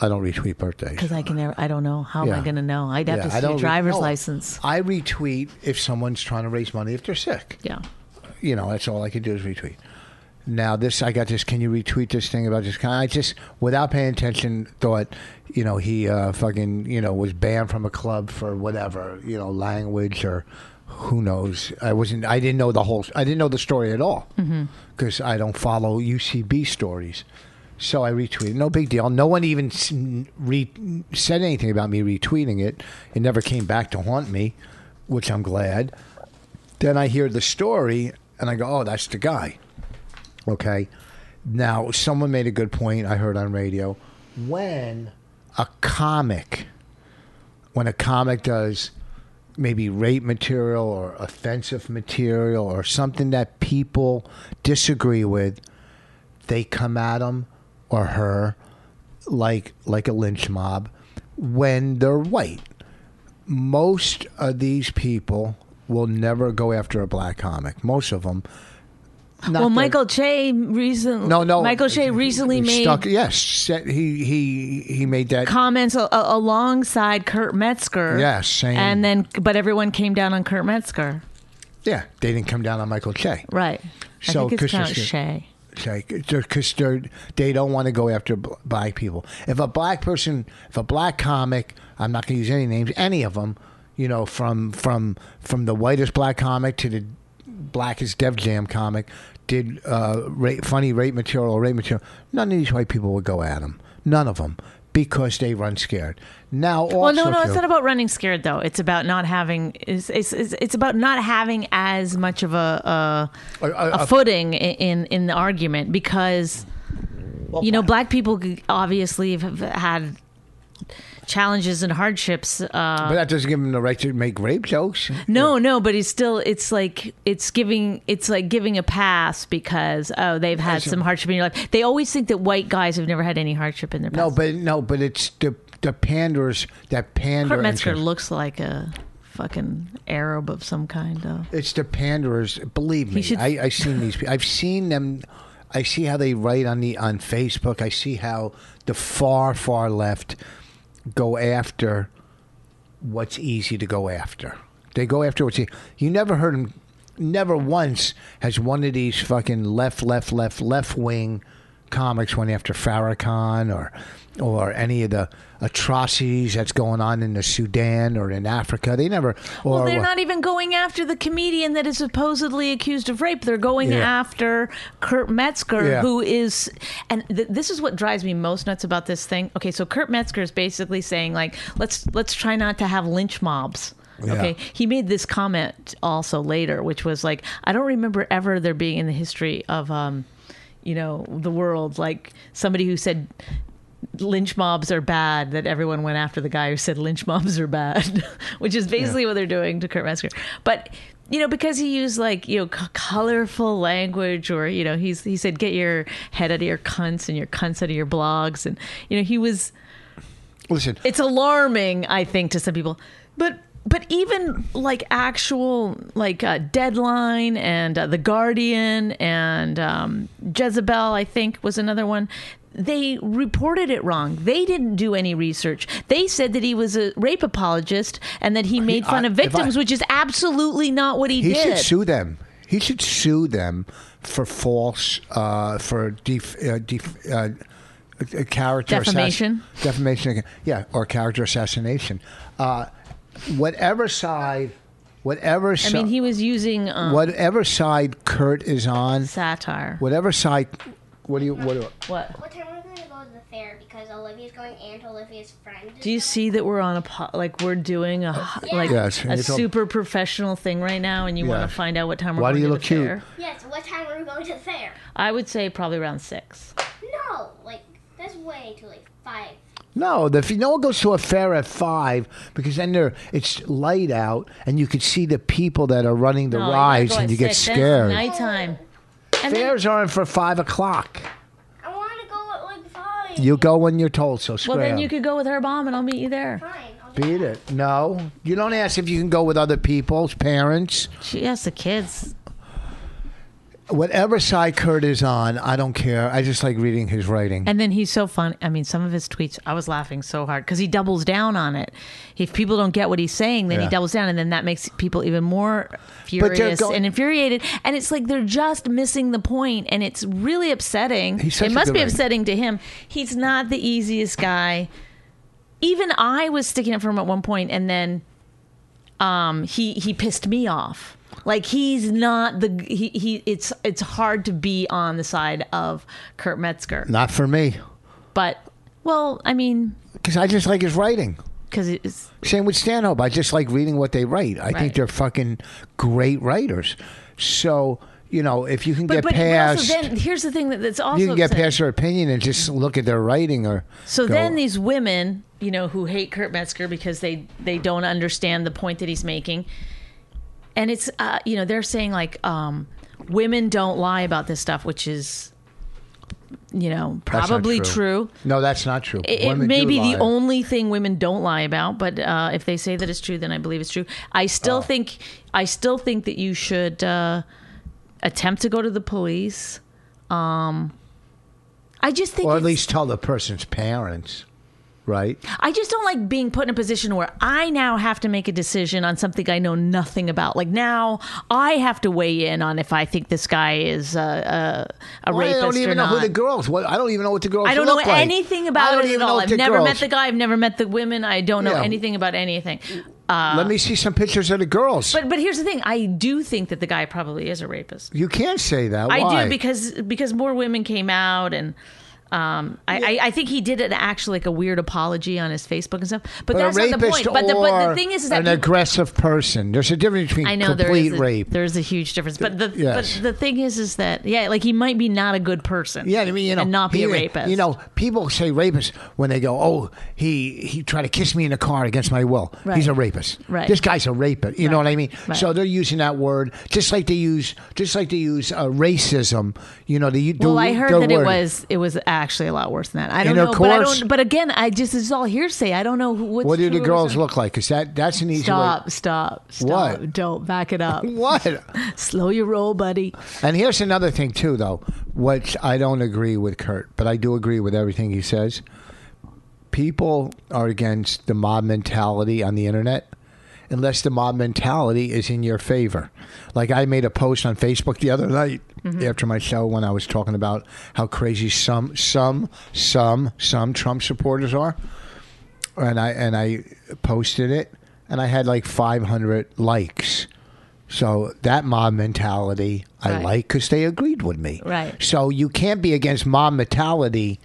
B: I don't retweet birthdays.
C: because I can never. I don't know how am
B: Yeah.
C: I going to know. I'd have
B: Yeah,
C: to
B: I
C: see
B: don't
C: a
B: re-
C: driver's
B: no,
C: license.
B: I retweet if someone's trying to raise money if they're sick.
C: Yeah.
B: you know, that's all I could do is retweet. Now this, I got this. Can you retweet this thing about this guy? I just, without paying attention, thought, you know, he uh, fucking, you know, was banned from a club for whatever, you know, language or who knows. I wasn't. I didn't know the whole. I didn't know the story at all because I don't follow UCB stories. So I retweeted. No big deal. No one even s- re- said anything about me retweeting it. It never came back to haunt me, which I'm glad then I hear the story and I go, oh, that's the guy. Okay. Now, someone made a good point I heard on radio. When a comic, when a comic does maybe rape material or offensive material or something that people disagree with, they come at him or her like like a lynch mob when they're white most of these people will never go after a black comic. Most of them. Not
C: well,
B: that-
C: Michael Che recently.
B: No, no.
C: Michael Che recently
B: he
C: made
B: stuck- yes, said- he he he made that.
C: comments a- a- alongside Kurt Metzger.
B: Yeah, same.
C: And then, but everyone came down on Kurt Metzger.
B: yeah, they didn't come down on Michael Che.
C: Right.
B: So
C: I think it's
B: Christian
C: pronounced
B: Scher-
C: Che.
B: because they're they don't want to go after bl- black people. If a black person, if a black comic, I'm not going to use any names, any of them, you know, from from from the whitest black comic to the blackest Dev Jam comic, did uh, rape, funny rape material or rape material. None of these white people would go at them. None of them because they run scared. Now, also
C: Well, no, no, it's
B: too-
C: not about running scared though. It's about not having. It's it's it's, it's about not having as much of a a,
B: A- a-
C: a footing i- in in the argument because you know black people obviously have had challenges and hardships. Uh,
B: but that doesn't give them the right to make rape jokes.
C: no, no, but it's still it's like it's giving it's like giving a pass because oh they've had some hardship in your life. They always think that white guys have never had any hardship in their
B: No,
C: past.
B: but no, but it's the the panders that pander.
C: Kurt
B: and
C: Metzger
B: shit.
C: looks like a fucking Arab of some kind, though.
B: It's the panderers. Believe me,
C: should-
B: I, I've seen these. pe- I've seen them. I see how they write on the on Facebook. I see how the far far left go after what's easy to go after. They go after what's easy. You never heard them. Never once has one of these fucking left, left, left, left wing comics went after Farrakhan or or any of the atrocities that's going on in the Sudan or in Africa. They never. Or
C: Well, they're
B: what-
C: not even going after the comedian that is supposedly accused of rape. They're going
B: Yeah.
C: after Kurt Metzger,
B: Yeah.
C: who is, and th- this is what drives me most nuts about this thing. Okay, so Kurt Metzger is basically saying like, let's let's try not to have lynch mobs. Okay. He made this comment also later, which was like, I don't remember ever there being in the history of, um, you know, the world like somebody who said lynch mobs are bad that everyone went after the guy who said lynch mobs are bad, <laughs> which is basically what they're doing to Kurt Metzger. But you know, because he used like you know c- colorful language, or you know, he's he said get your head out of your cunts and your cunts out of your blogs, and you know, he was
B: Listen,
C: it's alarming i think to some people but but even like actual like uh, deadline and uh, the guardian and um, jezebel i think was another one they reported it wrong they didn't do any research they said that he was a rape apologist and that he made fun
B: I-
C: of
B: if I-
C: victims which is absolutely not what he,
B: he
C: did
B: should sue them. He should sue them for false, uh, for def, uh, def, uh, uh, character assassin-
C: Defamation?
B: defamation, again. yeah, or character assassination. Uh, whatever side, whatever
C: i
B: side,
C: mean he was using um,
B: whatever side Kurt is on,
C: satire
B: whatever side, what do you, what do,
C: what
D: What time are we going to go to the fair? Because Olivia's going and Olivia's friend.
C: Do you see that we're on a po- like we're doing a h- like
B: Yes, and
C: a
B: you told-
C: super professional thing right now, and you
B: Yeah.
C: want to find out what time we're
B: Why do
C: going
B: you
C: to
B: look
C: the
B: cute?
C: fair?
D: Yes, what time are we going to the fair?
C: I would say probably around six.
D: No, like, that's way too late. Five.
B: No, the, f- no one goes to a fair at five because then there it's light out and you can see the people that are running the
C: No, Oh, you gotta
B: rides
C: go
B: and
C: at
B: you get
C: six. Then
B: scared.
C: It's nighttime. And then-
B: Fairs aren't for five o'clock.
D: I want to go at like five.
B: You go when you're told. So
C: well,
B: scram.
C: then you could go with her mom, and I'll meet you there.
D: Fine. I'll do
B: beat it. No, you don't ask if you can go with other people's parents.
C: She has the kids.
B: Whatever side Kurt is on, I don't care. I just like reading his writing.
C: And then he's so funny. I mean, some of his tweets, I was laughing so hard because he doubles down on it. If people don't get what he's saying, then
B: Yeah.
C: he doubles down, and then that makes people even more
B: they're
C: furious
B: go-
C: and infuriated. And it's like they're just missing the point, and it's really upsetting.
B: He's such
C: It
B: a
C: must
B: good
C: be
B: writer.
C: upsetting to him. He's not the easiest guy. Even I was sticking up for him at one point, and then um, he he pissed me off. Like he's not the he, he it's it's hard to be on the side of Kurt Metzger
B: Not for me
C: but well, I mean,
B: because I just like his writing.
C: because it's
B: Same with Stanhope. I just like reading what they write. I think
C: Right.
B: they're fucking great writers. So you know, if you can
C: but,
B: get
C: but
B: past,
C: also then here's the thing that, that's also
B: you can get
C: upsetting.
B: past their opinion and just look at their writing. Or
C: So
B: go-
C: then these women, you know, who hate Kurt Metzger because they they don't understand the point that he's making, and it's uh, you know they're saying like um, women don't lie about this stuff, which is you know
B: That's not
C: probably true.
B: No, that's not true.
C: It, it
B: Women
C: may
B: do
C: be
B: lie.
C: the only thing women don't lie about, but uh, if they say that it's true, then I believe it's true. I still
B: Oh.
C: think I still think that you should uh, attempt to go to the police. Um, I just think
B: or at
C: it's-
B: least tell the person's parents, right?
C: I just don't like being put in a position where I now have to make a decision on something I know nothing about. Like now, I have to weigh in on if I think this guy is uh, a, a
B: Well,
C: rapist
B: I don't
C: or
B: even know
C: not.
B: who the girls. What I don't even know what the girls.
C: I don't know
B: look like.
C: anything
B: I
C: about
B: don't
C: it at
B: even know
C: all.
B: what
C: I've
B: the
C: never met
B: girls-
C: the guy. I've never met the women. I don't know
B: Yeah.
C: anything about anything.
B: Let me see some pictures of the girls.
C: But but here's the thing. I do think that the guy probably is a rapist.
B: you can't say that.
C: I
B: Why?
C: do because because more women came out and. Um, I, I, I think he did an actually like a weird apology on his Facebook and stuff, but,
B: But
C: that's
B: a
C: not the
B: rapist
C: point. But the, but
B: or
C: the thing is, is that
B: an
C: people-
B: aggressive person. There's a difference between
C: I know there
B: complete
C: is a,
B: rape.
C: There is a huge difference, but the
B: Yes.
C: but the thing is, is that yeah, like he might be not a good person.
B: Yeah, I mean, you know,
C: and not be
B: he-
C: a rapist.
B: You know, people say rapist when they go, "Oh, he he tried to kiss me in the car against my will. He's
C: Right.
B: a rapist.
C: Right.
B: This guy's a rapist. You know
C: Right.
B: what I mean?
C: Right.
B: So they're using that word just like they use just like they use uh, racism. You know, they do.
C: Well, I heard
B: their
C: that it
B: word.
C: was it was actually a lot worse than that. I don't
B: And
C: know,
B: of
C: but I
B: course-
C: don't. But again, I just this is all hearsay. I don't know who. What's
B: What do the
C: true or
B: girls
C: isn't.
B: look like? Because that that's an easy
C: Stop! Stop! Stop!
B: What?
C: Don't back
B: <laughs>
C: it up.
B: way. <laughs> What?
C: Slow your roll, buddy.
B: And here's another thing too, though, which I don't agree with Kurt, but I do agree with everything he says. People are against the mob mentality on the internet, unless the mob mentality is in your favor. Like I made a post on Facebook the other night after my show when I was talking about how crazy some some some some Trump supporters are, and I and I posted it, and I had like 500 likes. So that mob mentality I
C: Right.
B: like because they agreed with me.
C: Right.
B: So you can't be against mob mentality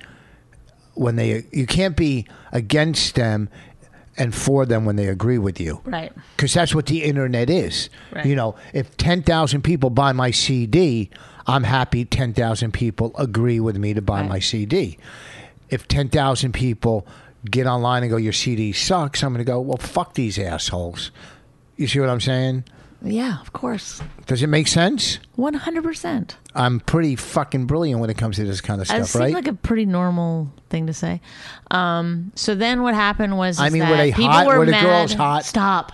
B: when they you can't be against them and for them when they agree with you.
C: Right.
B: Because that's what the internet is.
C: Right.
B: You know, if 10,000 people buy my CD, I'm happy 10,000 people agree with me to buy
C: Right.
B: my CD. If 10,000 people get online and go, your CD sucks, I'm going to go, well, fuck these assholes. You see what I'm saying?
C: Yeah, of course.
B: Does it make sense?
C: 100%.
B: I'm pretty fucking brilliant when it comes to this kind of
C: It
B: stuff,
C: seemed
B: right?
C: like a pretty normal thing to say. Um, so then what happened was
B: I
C: is
B: mean, were
C: that
B: they
C: people
B: hot?
C: were
B: Were the
C: mad.
B: girls hot?
C: Stop.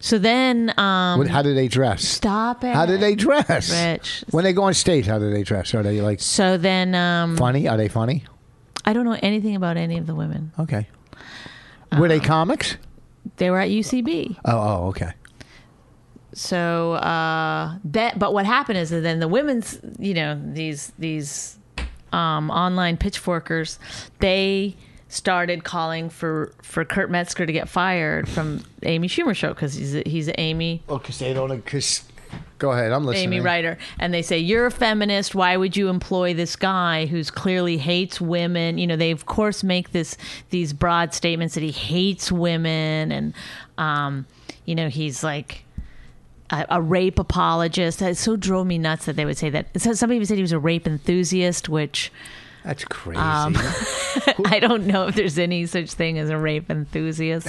C: So then um,
B: What- how do they dress?
C: stop it.
B: How do they dress?
C: Rich.
B: When they go on stage, how do they dress? Are they like
C: So then um,
B: funny? Are they funny?
C: I don't know anything about any of the women.
B: Okay. Were
C: Uh,
B: they comics?
C: They were at UCB.
B: Oh, oh, okay.
C: So uh, that but what happened is that then the women's you know these these um, online pitchforkers they started calling for for Kurt Metzger to get fired from Amy Schumer show because he's a, he's a Amy
B: Well, because they don't. Because go ahead, I'm listening.
C: Amy Ryder, and they say you're a feminist. Why would you employ this guy who's clearly hates women? You know, they of course make this these broad statements that he hates women, and um, you know he's like a, a rape apologist. It so drove me nuts that they would say that. So somebody even said he was a rape enthusiast, which
B: That's crazy.
C: Um, <laughs> I don't know if there's any such thing as a rape enthusiast.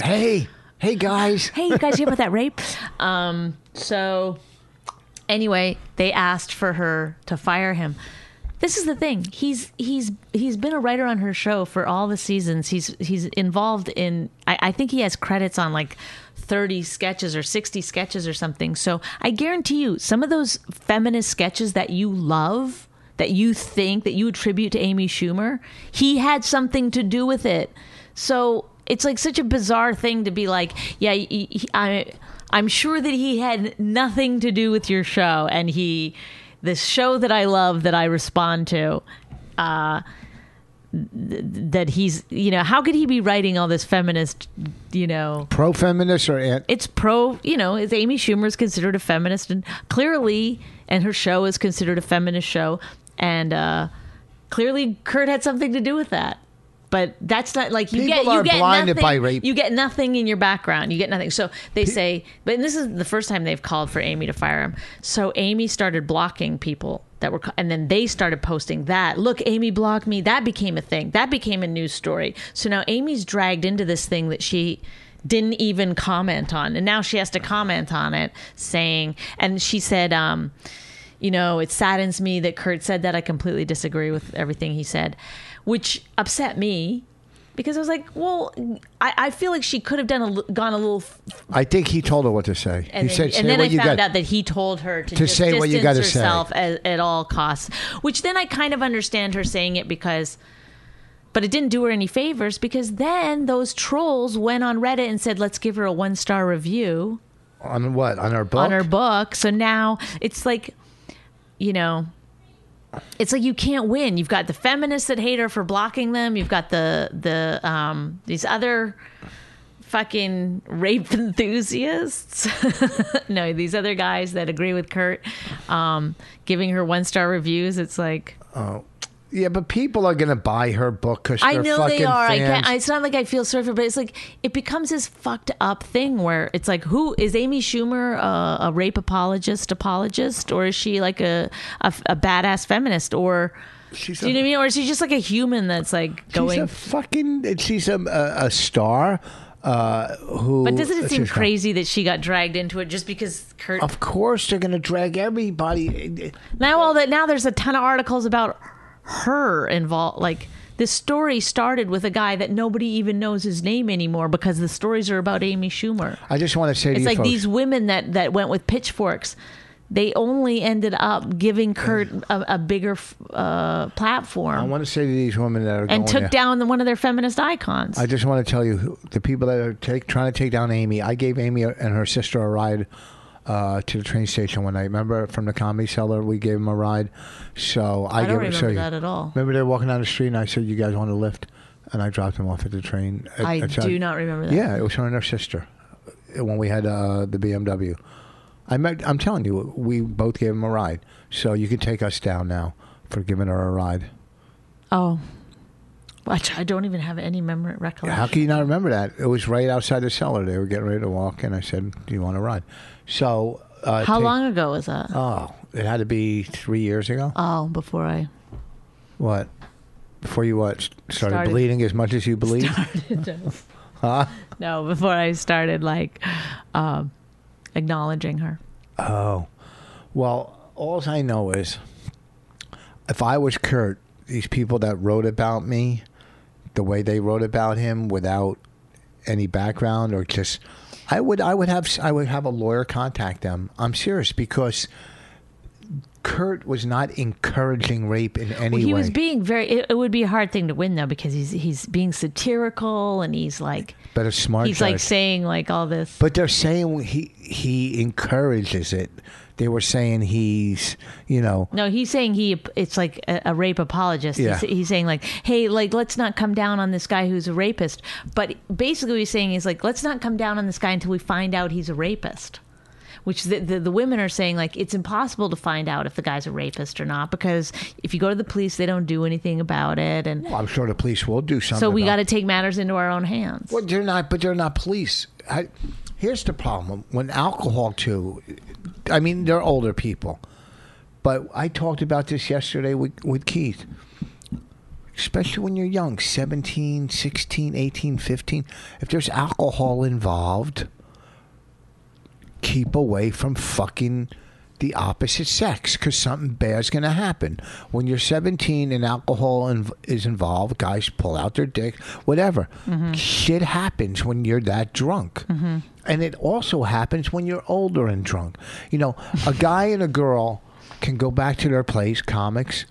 B: <laughs> hey, hey guys.
C: <laughs> hey, you guys hear about that rape? <laughs> Um, so anyway, they asked for her to fire him. This is the thing. He's he's he's been a writer on her show for all the seasons. He's he's involved in I, I think he has credits on like thirty sketches or sixty sketches or something. So I guarantee you some of those feminist sketches that you love that you think that you attribute to Amy Schumer, he had something to do with it. So it's like such a bizarre thing to be like, yeah, he, he- I, I'm sure that he had nothing to do with your show, and he, this show that I love that I respond to, uh, th- that he's, you know, how could he be writing all this feminist, you know?
B: Pro feminist or anti?
C: it's pro you know is amy schumer is considered a feminist and clearly and her show is considered a feminist show and uh clearly kurt had something to do with that but that's not like you
B: People
C: get you
B: are
C: get
B: blinded
C: nothing,
B: by rape.
C: you get nothing in your background you get nothing so they say but this is the first time they've called for amy to fire him so amy started blocking people that were and then they started posting that look amy blocked me that became a thing that became a news story so now amy's dragged into this thing that she didn't even comment on and now she has to comment on it saying and she said um you know, it saddens me that Kurt said that. I completely disagree with everything he said, which upset me because I was like, well, I, I feel like she could have done a, li- gone a little. f-
B: I think he told her what to say.
C: And
B: he
C: then,
B: said,
C: and
B: "Say
C: then
B: what
C: I
B: you
C: found
B: got."
C: out that he told her to,
B: To
C: just
B: say what you gotta
C: distance
B: say.
C: herself at, at all costs, which then I kind of understand her saying it because. But it didn't do her any favors because then those trolls went on Reddit and said, let's give her a one star review
B: on what? On her book.
C: on her book. So now it's like, you know, it's like you can't win. You've got the feminists that hate her for blocking them. You've got the the um, these other fucking rape <laughs> enthusiasts. <laughs> no, these other guys that agree with Kurt, um, giving her one star reviews. It's like
B: Yeah, but people are gonna buy her book because
C: I
B: they're
C: know
B: fucking
C: they are. I
B: fans.
C: can't, I- it's not like I feel sorry for, but it's like it becomes this fucked up thing where it's like, who is Amy Schumer a, a rape apologist, apologist, or is she like a a, a badass feminist, or
B: She's
C: do you
B: a-
C: know what I mean, or is she just like a human that's like
B: She's
C: going?
B: a fucking. She's a a, a star. Uh, who?
C: but doesn't it seem
B: she's-
C: crazy that she got dragged into it just because Kurt?
B: Of course, they're gonna drag everybody.
C: now all that now there's a ton of articles about her involved, like. This story started with a guy that nobody even knows his name anymore because the stories are about Amy Schumer.
B: I just want to say to
C: It's
B: you
C: like
B: folks,
C: these women that that went with pitchforks. They only ended up giving Kurt a, a bigger f- uh,
B: I
C: platform
B: want to say to these women that are going
C: and took
B: there,
C: down the, one of their feminist icons.
B: I just want to tell you who- the people that are take, trying to take down Amy. I gave Amy and her sister a ride uh, to the train station one night. Remember from the comedy cellar, we gave them a ride. So I,
C: I don't
B: gave, so
C: remember
B: you-
C: that at all.
B: Remember they were walking down the street, and I said, "You guys want a lift?" And I dropped them off at the train. at-
C: I
B: outside.
C: do not remember that.
B: Yeah, it was her and her sister uh, when we had uh, the BMW. I met, I'm telling you, we both gave them a ride. So you can take us down now for giving her a ride.
C: Oh, Watch, I don't even have any memory recollection.
B: How can you not remember that? It was right outside the cellar. They were getting ready to walk, and I said, "Do you want to ride?" So uh,
C: How
B: take-
C: long ago was that?
B: Oh, it had to be three years ago.
C: oh, before
B: <laughs>
C: I
B: What? Before you what s- started,
C: Started.
B: bleeding as much as you bleed?
C: started. to- <laughs> No, before I started like um, acknowledging her.
B: Oh, well, all I know is if I was Kurt, these people that wrote about me, the way they wrote about him without any background or just, I would, I would have, s- I would have a lawyer contact them. I'm serious because Kurt was not encouraging rape in any
C: Well,
B: way.
C: he was being very. It, it would be a hard thing to win though because he's he's being satirical and he's like
B: but a smart
C: he's
B: judge.
C: like saying like all this.
B: But they're saying he he encourages it. They were saying he's you know
C: No, he's saying he. It's like a, a rape apologist.
B: Yeah.
C: He's, he's saying like, hey, like let's not come down on this guy who's a rapist. But basically, what he's saying is like, let's not come down on this guy until we find out he's a rapist. Which the, the the women are saying like it's impossible to find out if the guy's a rapist or not because if you go to the police, they don't do anything about it, and
B: "Oh, I'm sure the police will do something.
C: so we
B: about
C: got to take matters into our own hands.
B: But they're not. But they're not police. I, here's the problem: when alcohol too, I mean, they're older people. But I talked about this yesterday with with Keith. Especially when you're young, 17, 16, 18, 15, if there's alcohol involved, keep away from fucking the opposite sex because something bad's going to happen. When you're 17 and alcohol inv- is involved, guys pull out their dick, whatever. Shit happens when you're that drunk. And it also happens when you're older and drunk. You know, a guy and a girl can go back to their place, comics,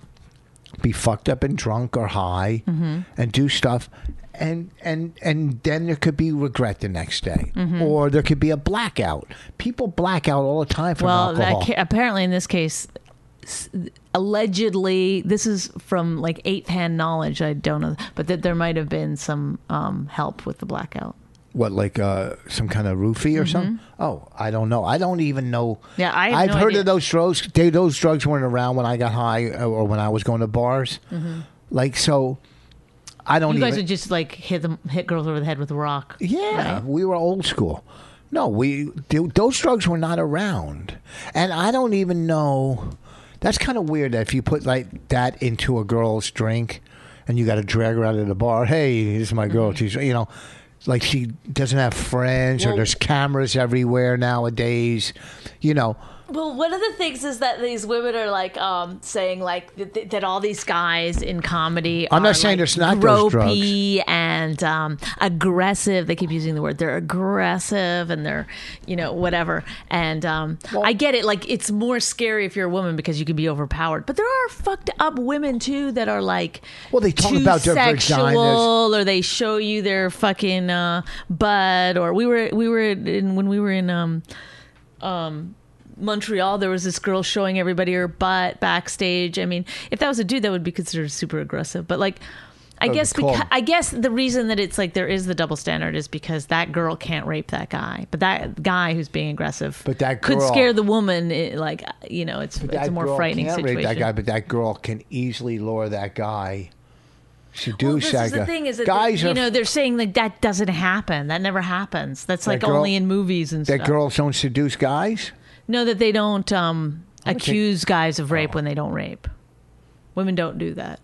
B: be fucked up and drunk or high
C: Mm-hmm.
B: and do stuff and and and then there could be regret the next day
C: Mm-hmm.
B: or there could be a blackout people black out all the time from
C: Well,
B: alcohol
C: that ca- apparently in this case, s- allegedly, this is from like eighth hand knowledge. I don't know, but that there might have been some um, help with the blackout.
B: what like uh some kind of roofie or something oh i don't know i don't even know
C: Mm-hmm. Yeah, I have
B: i've
C: no
B: heard
C: idea.
B: of those drugs they, those drugs weren't around when i got high uh, or when i was going to bars like so i don't
C: Mm-hmm. You
B: even
C: guys would just like hit them, hit girls over the head with a rock.
B: Yeah,
C: right?
B: we were old school. No, we th- those drugs were not around, and I don't even know. That's kind of weird that if you put like that into a girl's drink, and you got to drag her out of the bar. Hey, here's my girl.
C: Mm-hmm.
B: She's you know, like she doesn't have friends, or there's cameras everywhere nowadays. You know,
C: Well, one of the things is that these women are like um, saying like th- th- that all these guys in comedy.
B: I'm not
C: are,
B: saying
C: like,
B: there's not those drugs.
C: gropey and um, aggressive. They keep using the word. They're aggressive and they're you know whatever. And um, I get it. Like it's more scary if you're a woman because you can be overpowered. But there are fucked up women too that are like
B: Well, they talk
C: too
B: about their vaginas.
C: sexual or they show you their fucking uh, butt. Or we were we were in, when we were in. Um, Montreal, there was this girl showing everybody her butt backstage. I mean, if that was a dude, that would be considered super aggressive. But like, I
B: would be
C: guess
B: called-
C: because, I guess the reason that it's like there is the double standard is because that girl can't rape that guy, but that guy who's being aggressive,
B: But that
C: could
B: girl-
C: scare the woman. It, like you know, it's it's
B: that
C: a more
B: girl
C: frightening
B: can't
C: situation.
B: rape that guy, but that girl can easily lure that guy. Seduce
C: well, this
B: that
C: is
B: guy.
C: the thing is that
B: guys
C: they,
B: are
C: you know they're saying like that doesn't happen that never happens that's like
B: girl-
C: only in movies and
B: that
C: stuff
B: girls don't seduce guys.
C: No, that they don't um, accuse guys of rape when they don't rape. Women don't do that.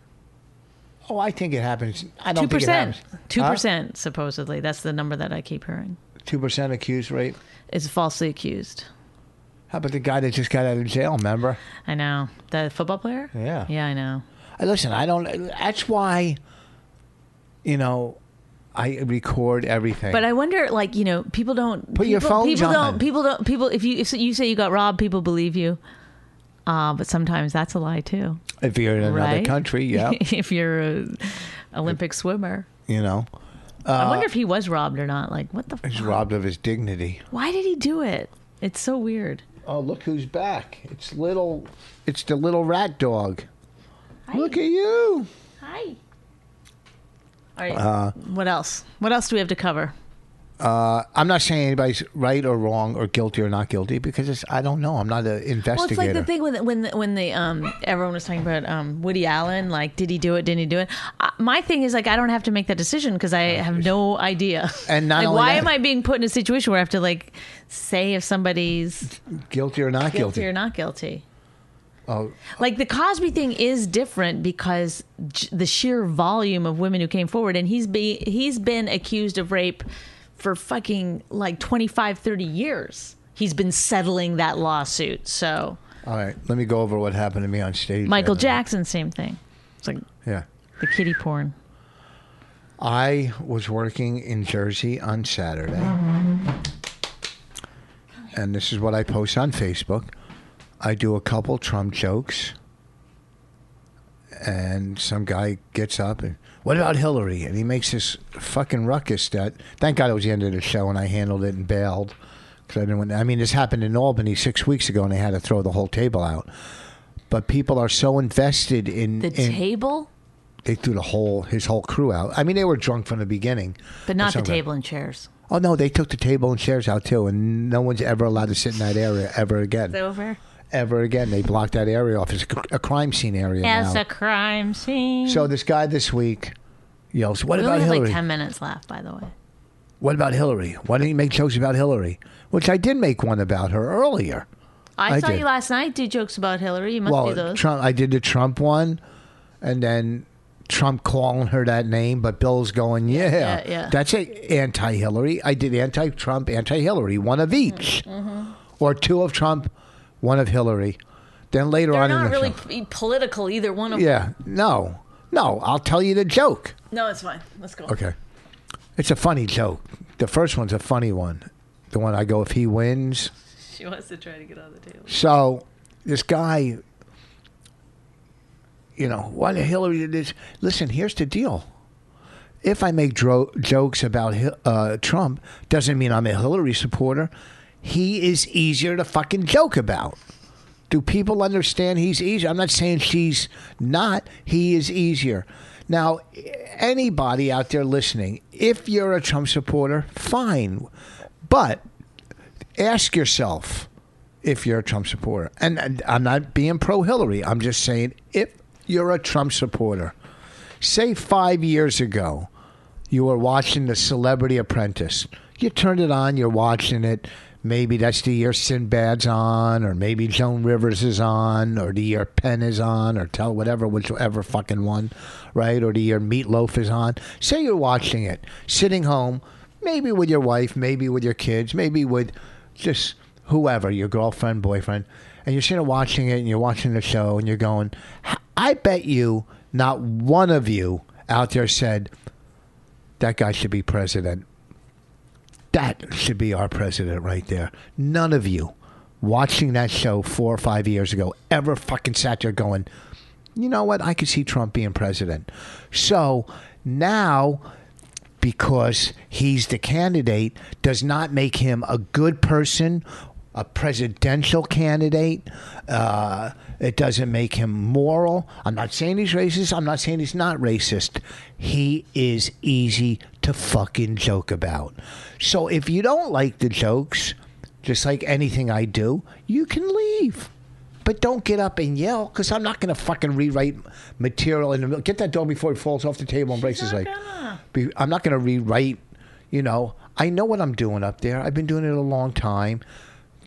B: Oh, I think it happens. I don't
C: Two
B: think it
C: percent,
B: happens.
C: two percent, supposedly. That's the number that I keep hearing.
B: Two percent accused rape.
C: Is falsely accused.
B: How about the guy that just got out of jail? Remember?
C: I know the football player.
B: Yeah.
C: yeah, I know.
B: Uh, Listen, I don't. That's why, you know, I record everything.
C: But I wonder, like you know, people don't
B: Put
C: people,
B: your phones
C: People
B: on.
C: don't. People don't. People. If you if you say you got robbed, people believe you. Uh, but sometimes that's a lie too,
B: if you're in another
C: right?
B: country,
C: <laughs>
B: yeah,
C: if you're a Olympic swimmer,
B: you know,
C: I wonder if he was robbed or not. Like, what the?
B: Uh, he's
C: fuck?
B: robbed of his dignity.
C: Why did he do it? It's so weird.
B: Oh, look who's back! It's little. It's the little rat dog. Look at you.
D: Hi.
C: All right. what else? What else do we have to cover?
B: Uh, I'm not saying anybody's right or wrong or guilty or not guilty because it's, I don't know. I'm not an investigator.
C: Well, it's like the thing when when when the um everyone was talking about um Woody Allen, like did he do it? Didn't he do it? Uh, my thing is like I don't have to make that decision because I have no idea.
B: And not
C: like,
B: only
C: why
B: that-
C: am I being put in a situation where I have to like say if somebody's
B: Guilty or not
C: guilty,
B: guilty.
C: or not guilty?
B: Oh,
C: Like the Cosby thing is different because j- the sheer volume of women who came forward, and he's be he's been accused of rape for fucking like 25, 30 years. He's been settling that lawsuit, so.
B: all right. Let me go over what happened to me on stage.
C: Michael
B: the other night.
C: Jackson, same thing. It's like
B: Yeah.
C: the kitty porn.
B: I was working in Jersey on Saturday.
C: Mm-hmm.
B: And this is what I post on Facebook. I do a couple Trump jokes. And some guy gets up and, what about Hillary? And he makes this fucking ruckus that, thank God it was the end of the show and I handled it and bailed. Because I didn't want, I mean, this happened in Albany six weeks ago and they had to throw the whole table out. But people are so invested in
C: The
B: in,
C: table,
B: they threw the whole his whole crew out. I mean, they were drunk from the beginning,
C: but
B: Or
C: not the
B: something.
C: table and chairs.
B: Oh no, they took the table and chairs out too, and no one's ever allowed to sit in that area ever again.
C: Over.
B: Ever again, they blocked that area off. It's a, cr- a crime scene area
C: As
B: now.
C: a crime scene.
B: so this guy this week yells, "What
C: we
B: about
C: only have
B: Hillary?
C: like ten minutes left, by the way.
B: What about Hillary? Why didn't you make jokes about Hillary?" Which I did make one about her earlier.
C: I,
B: I
C: saw
B: did.
C: you last night do jokes about Hillary. You must do
B: well,
C: those.
B: Trump. I did the Trump one, and then Trump calling her that name, but Bill's going, yeah,
C: yeah, yeah.
B: that's a anti-Hillary. I did anti-Trump, anti-Hillary, one of each,
C: Mm-hmm.
B: or two of Trump, one of Hillary. Then later
C: They're
B: on, in
C: not
B: the
C: really
B: show-
C: p- political either. One of
B: yeah, no, no. I'll tell you the joke.
C: no, it's fine. Let's go.
B: Okay, it's a funny joke. The first one's a funny one. The one I go, if he wins,
C: She wants to try to get on the table.
B: So this guy, you know, why the Hillary did this? Listen, here's the deal. If I make dro- jokes about Hi- uh, Trump, doesn't mean I'm a Hillary supporter. He is easier to fucking joke about. Do people understand he's easier? I'm not saying she's not. He is easier. Now, anybody out there listening, if you're a Trump supporter, fine. But ask yourself if you're a Trump supporter. And, and I'm not being pro Hillary. I'm just saying if you're a Trump supporter, say five years ago, you were watching The Celebrity Apprentice. You turned it on, you're watching it. Maybe that's the year Sinbad's on, or maybe Joan Rivers is on, or the year Penn is on, or tell whatever, whichever fucking one, right? Or the year Meatloaf is on. Say you're watching it, sitting home, maybe with your wife, maybe with your kids, maybe with just whoever, your girlfriend, boyfriend, and you're sitting there watching it and you're watching the show and you're going, "H- I bet you not one of you out there said, that guy should be president. That should be our president right there. None of you watching that show four or five years ago ever fucking sat there going, you know what? I could see Trump being president. So now, because he's the candidate, does not make him a good person, a presidential candidate. Uh, it doesn't make him moral. I'm not saying he's racist. I'm not saying he's not racist. He is easy to fucking joke about. So if you don't like the jokes, just like anything I do, you can leave. But don't get up and yell because I'm not going to fucking rewrite material in the middle. Get that dog before he falls off the table and breaks his leg. Be- I'm not going to rewrite, you know. I know what I'm doing up there. I've been doing it a long time.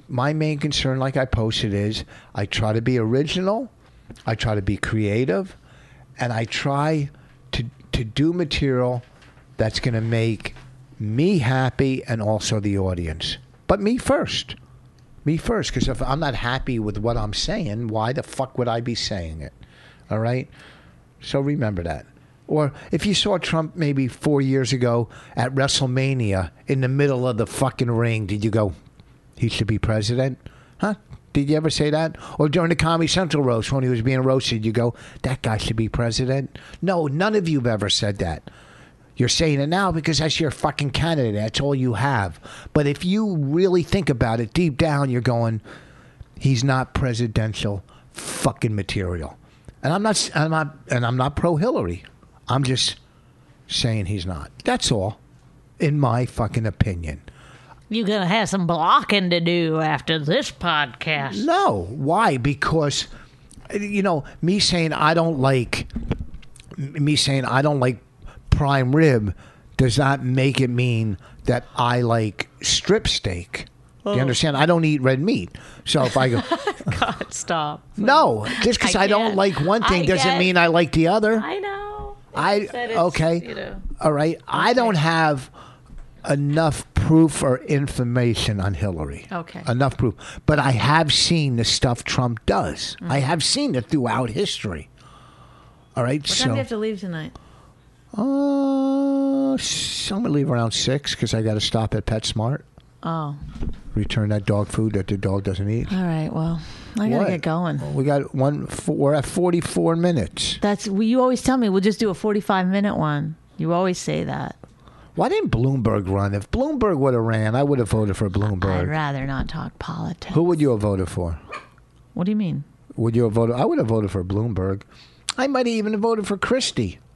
B: My main concern, like I posted, is I try to be original, I try to be creative, and I try to, to do material that's going to make me happy and also the audience. But me first me first because if i'm not happy with what i'm saying why the fuck would i be saying it all right so remember that or if you saw trump maybe four years ago at wrestlemania in the middle of the fucking ring did you go he should be president huh did you ever say that or during the comedy central roast when he was being roasted you go that guy should be president no none of you have ever said that you're saying it now because that's your fucking candidate. That's all you have. But if you really think about it deep down, you're going, he's not presidential fucking material. And I'm not, I'm not, and I'm not pro Hillary. I'm just saying he's not. That's all. in my fucking opinion.
C: You're going to have some blocking to do after this podcast.
B: No, why? Because you know me saying I don't like me saying I don't like prime rib does not make it mean that I like strip steak. Do you understand? I don't eat red meat. So if I go,
C: God, stop.
B: no, just because I,
C: I
B: don't
C: get-
B: like one thing
C: I
B: doesn't
C: get-
B: mean I like the other.
C: I know.
B: I
C: It's that it's,
B: okay.
C: you know.
B: All right. I don't have enough proof or information on Hillary.
C: Okay.
B: Enough proof, but I have seen the stuff Trump does.
C: Mm.
B: I have seen it throughout history. All right.
C: What
B: so
C: time do you have to leave tonight?
B: uh, s- I'm gonna leave around six because I got to stop at PetSmart.
C: Oh,
B: Return that dog food that the dog doesn't eat.
C: all right. Well, I gotta
B: What?
C: get going.
B: We got one. f- We're at 44 minutes.
C: That's well, you always tell me we'll just do a forty-five minute one. You always say that.
B: Why didn't Bloomberg run? If Bloomberg would have ran, I would have voted for
C: I'd
B: Bloomberg.
C: rather not talk politics.
B: Who would you have voted for?
C: What do you mean?
B: Would you have voted? I would have voted for Bloomberg. I might have even voted for Christie. <laughs>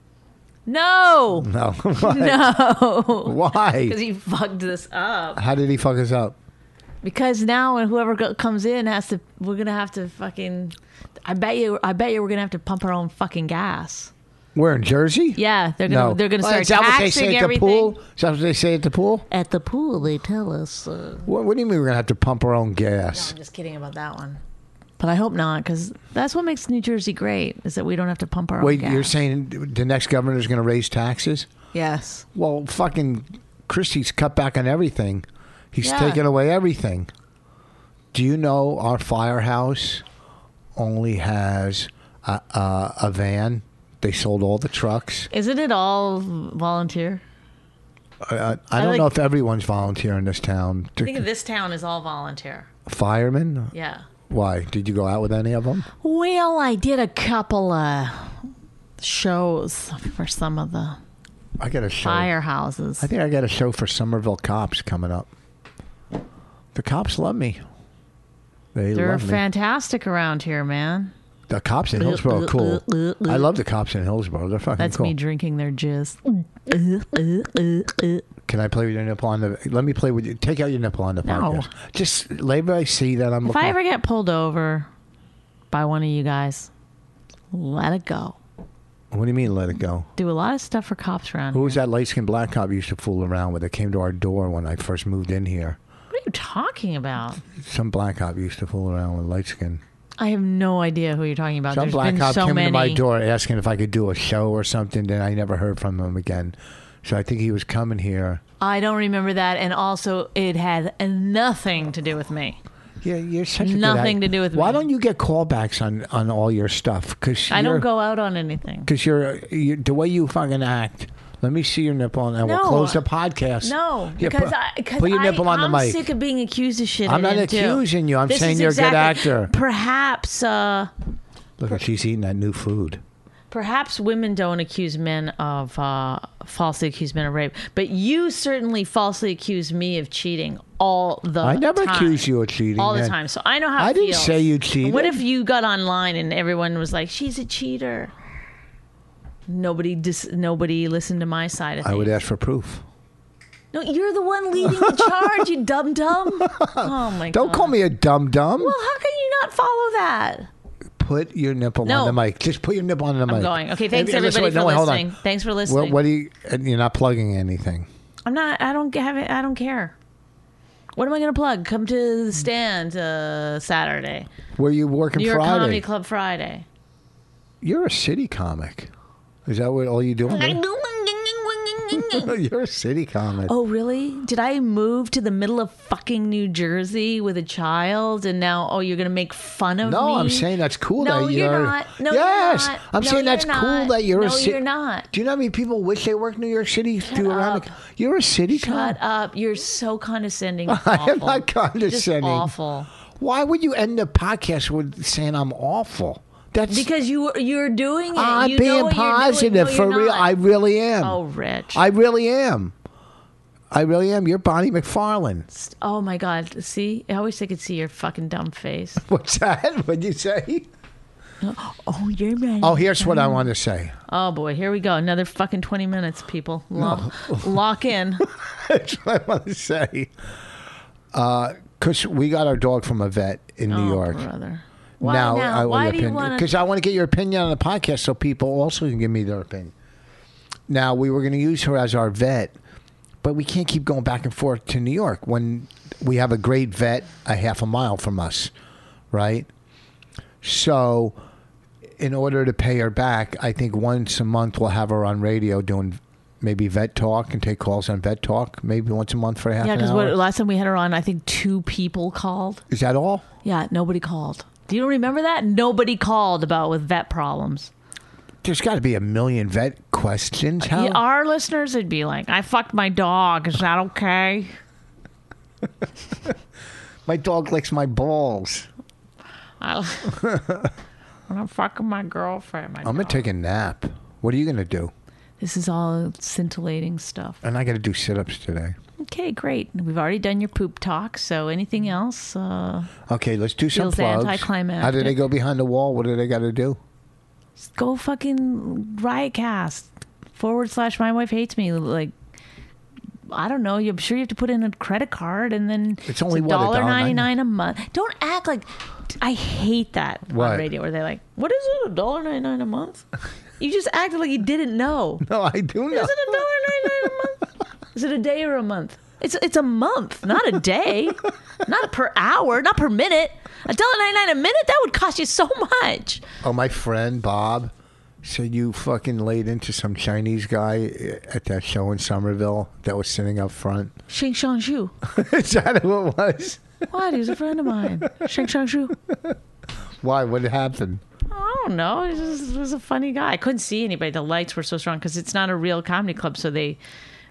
C: No,
B: No. Why?
C: <laughs>
B: <laughs>
C: no, because
B: Why?
C: he fucked this up.
B: How did he fuck us up?
C: Because now, and whoever go- comes in has to. We're gonna have to fucking. I bet you. I bet you we're gonna have to pump our own fucking gas.
B: We're in Jersey.
C: Yeah, they're gonna.
B: no.
C: They're gonna
B: Well,
C: start
B: Is that what they
C: taxing
B: say at the
C: everything.
B: pool? Is that what they say at the pool?
C: At the pool, they tell us. Uh,
B: What, what do you mean we're gonna have to pump our own gas?
C: I'm just kidding about that one. But I hope not, because that's what makes New Jersey great is that we don't have to pump our
B: Wait,
C: own gas.
B: you're saying the next governor's gonna raise taxes?
C: yes.
B: Well, fucking Christie's cut back on everything. He's
C: Yeah.
B: taken away everything. Do you know our firehouse only has a, a, a van? They sold all the trucks.
C: Isn't it all volunteer?
B: Uh, I don't
C: like-
B: know if everyone's volunteering in this town.
C: I think this town is all volunteer.
B: Firemen?
C: Yeah.
B: Why? Did you go out with any of them?
C: Well, I did a couple of shows for some of the
B: Oh. I got a show.
C: firehouses.
B: I think I got a show for Somerville cops coming up. The cops love me. They
C: They're
B: love me.
C: fantastic around here, man.
B: The cops in Hillsborough are Oh, cool. I love the cops in Hillsborough. They're fucking
C: That's
B: cool.
C: me drinking their jizz.
B: Can I play with your nipple on the? Let me play with you. Take out your nipple on the
C: No.
B: podcast. Just let I see that I'm.
C: If
B: looking-
C: I ever get pulled over by one of you guys, let it go.
B: what do you mean? Let it go.
C: Do a lot of stuff for cops around.
B: Who
C: here.
B: was that light skinned black cop you used to fool around with? That came to our door when I first moved in here.
C: What are you talking about?
B: Some black cop used to fool around with light skin.
C: I have no idea who you're talking about.
B: Some
C: There's
B: black
C: been
B: cop
C: so
B: came
C: many.
B: to my door asking if I could do a show or something. Then I never heard from him again. So I think he was coming here.
C: I don't remember that, and also it had nothing to do with me.
B: Yeah, you're such a good
C: Nothing
B: act-
C: to do with
B: Why
C: me.
B: don't you get callbacks on on all your stuff? Because
C: I don't go out on anything.
B: because you're, you the way you fucking act. Let me see your nipple, and we'll
C: No.
B: close the podcast.
C: No,
B: Yeah,
C: because
B: put,
C: I because
B: put your
C: I,
B: nipple on
C: I'm
B: the mic.
C: sick of being accused of shit. I
B: I'm not
C: didn't do.
B: accusing you. I'm
C: This
B: saying
C: is
B: you're a good
C: exactly-
B: actor.
C: Perhaps, uh,
B: Look at she's eating that new food.
C: perhaps women don't accuse men of uh, falsely accuse men of rape, but you certainly falsely accuse me of cheating all the.
B: I never
C: time.
B: accused you of cheating,
C: all the
B: man.
C: time. So I know how.
B: I
C: it
B: didn't
C: feels.
B: say you cheated.
C: What if you got online and everyone was like, "She's a cheater." Nobody dis- nobody listened to my side of
B: I
C: things.
B: would ask for proof.
C: No, you're the one leading the charge, you dum dum.
B: <laughs>
C: Oh my god.
B: Don't call me a dumb dumb.
C: Well, how can you not follow that?
B: Put your nipple
C: No.
B: on the mic. Just put your nipple on the mic.
C: I'm going. Okay, thanks
B: Hey, listen,
C: everybody
B: wait, no,
C: for
B: wait, hold on.
C: listening. Thanks for listening.
B: What, what do you? and You're not plugging anything.
C: I'm not I don't have it I don't care. What am I going to plug? Come to the stand uh, Saturday.
B: Where you working
C: New York
B: Friday?
C: Comedy Club Friday. <laughs>
B: You're a city comic. Is that what all you doing? <laughs> there? you're a city comic.
C: Oh, really? Did I move to the middle of fucking New Jersey with a child and now, oh, you're going to make fun of
B: No,
C: me?
B: I'm saying that's cool
C: No,
B: that
C: you're
B: you're.
C: not. No, you're
B: yes,
C: not.
B: I'm
C: No,
B: saying that's
C: you're
B: cool
C: not.
B: that you're a
C: No,
B: city.
C: you're not.
B: Do you know how many people wish they worked in New York City? do around the,
C: up.
B: you're a city comic.
C: Shut up. You're so
B: <laughs>
C: condescending.
B: I am
C: Awful.
B: not condescending.
C: Just awful.
B: Why would you end the podcast with saying I'm awful? That's
C: Because you you're doing it.
B: I'm
C: you know
B: being
C: what you're doing.
B: positive
C: No,
B: for
C: you're
B: real.
C: not.
B: I really am.
C: oh, Rich.
B: I really am. I really am. You're Bonnie McFarlane. <laughs>
C: oh my God. See, I wish I could see your fucking dumb face.
B: What's that? What'd you say?
C: Oh, you're right.
B: Oh, here's what I want to say. <laughs>
C: Oh boy, here we go. Another fucking 20 minutes, people. Lock,
B: Oh. <laughs>
C: lock in.
B: That's what I want to say. Because we got our dog from a vet in
C: Oh,
B: New York.
C: brother. Why
B: now,
C: now?
B: I want
C: Why
B: your
C: do you
B: opinion.
C: want
B: Because
C: to?
B: I want to get your opinion on the podcast so people also can give me their opinion. Now, we were going to use her as our vet, but we can't keep going back and forth to New York when we have a great vet a half a mile from us, right? So, in order to pay her back, I think once a month we'll have her on radio doing maybe vet talk and take calls on vet talk, maybe once a month for half
C: Yeah,
B: an
C: because
B: hour.
C: last time we had her on, I think two people called.
B: Is that all?
C: Yeah, nobody called. Do you remember that? Nobody called about with vet problems.
B: There's got to be a million vet questions. How?
C: Yeah, Our listeners would be like, I fucked my dog. Is that okay?
B: My dog licks my balls.
C: I, when <laughs> I'm fucking my girlfriend. My
B: I'm gonna
C: dog.
B: take a nap. What are you gonna do?
C: this is all scintillating stuff.
B: And I gotta do sit-ups today.
C: Okay, great. We've already done your poop talk. So anything else? Uh,
B: Okay, let's do some
C: Feels
B: plugs.
C: anticlimactic.
B: How do they go behind the wall? What do they gotta do? <laughs>
C: just go fucking riotcast forward slash my wife hates me. Like, I don't know. I'm sure you have to put in a credit card and then
B: It's only, what,
C: dollar ninety
B: $1.99?
C: nine a month. Don't act like I hate that
B: What?
C: on radio where they're like, "What is it? A dollar ninety nine a month?" You just acted like you didn't know.
B: No, I do know.
C: Is it a dollar ninety nine a month? Is it a day or a month? It's it's a month, not a day, not per hour, not per minute. A dollar ninety nine a minute that would cost you so much.
B: Oh, my friend Bob said you fucking laid into some Chinese guy at that show in Somerville that was sitting up front. <laughs>
C: Shing Shang Shu.
B: Is that who it was?
C: What? He's a friend of mine. Shang Shang Shu.
B: Why? What happened? <laughs>
C: I don't know. He just was a funny guy. I couldn't see anybody. The lights were so strong because it's not a real comedy club. So they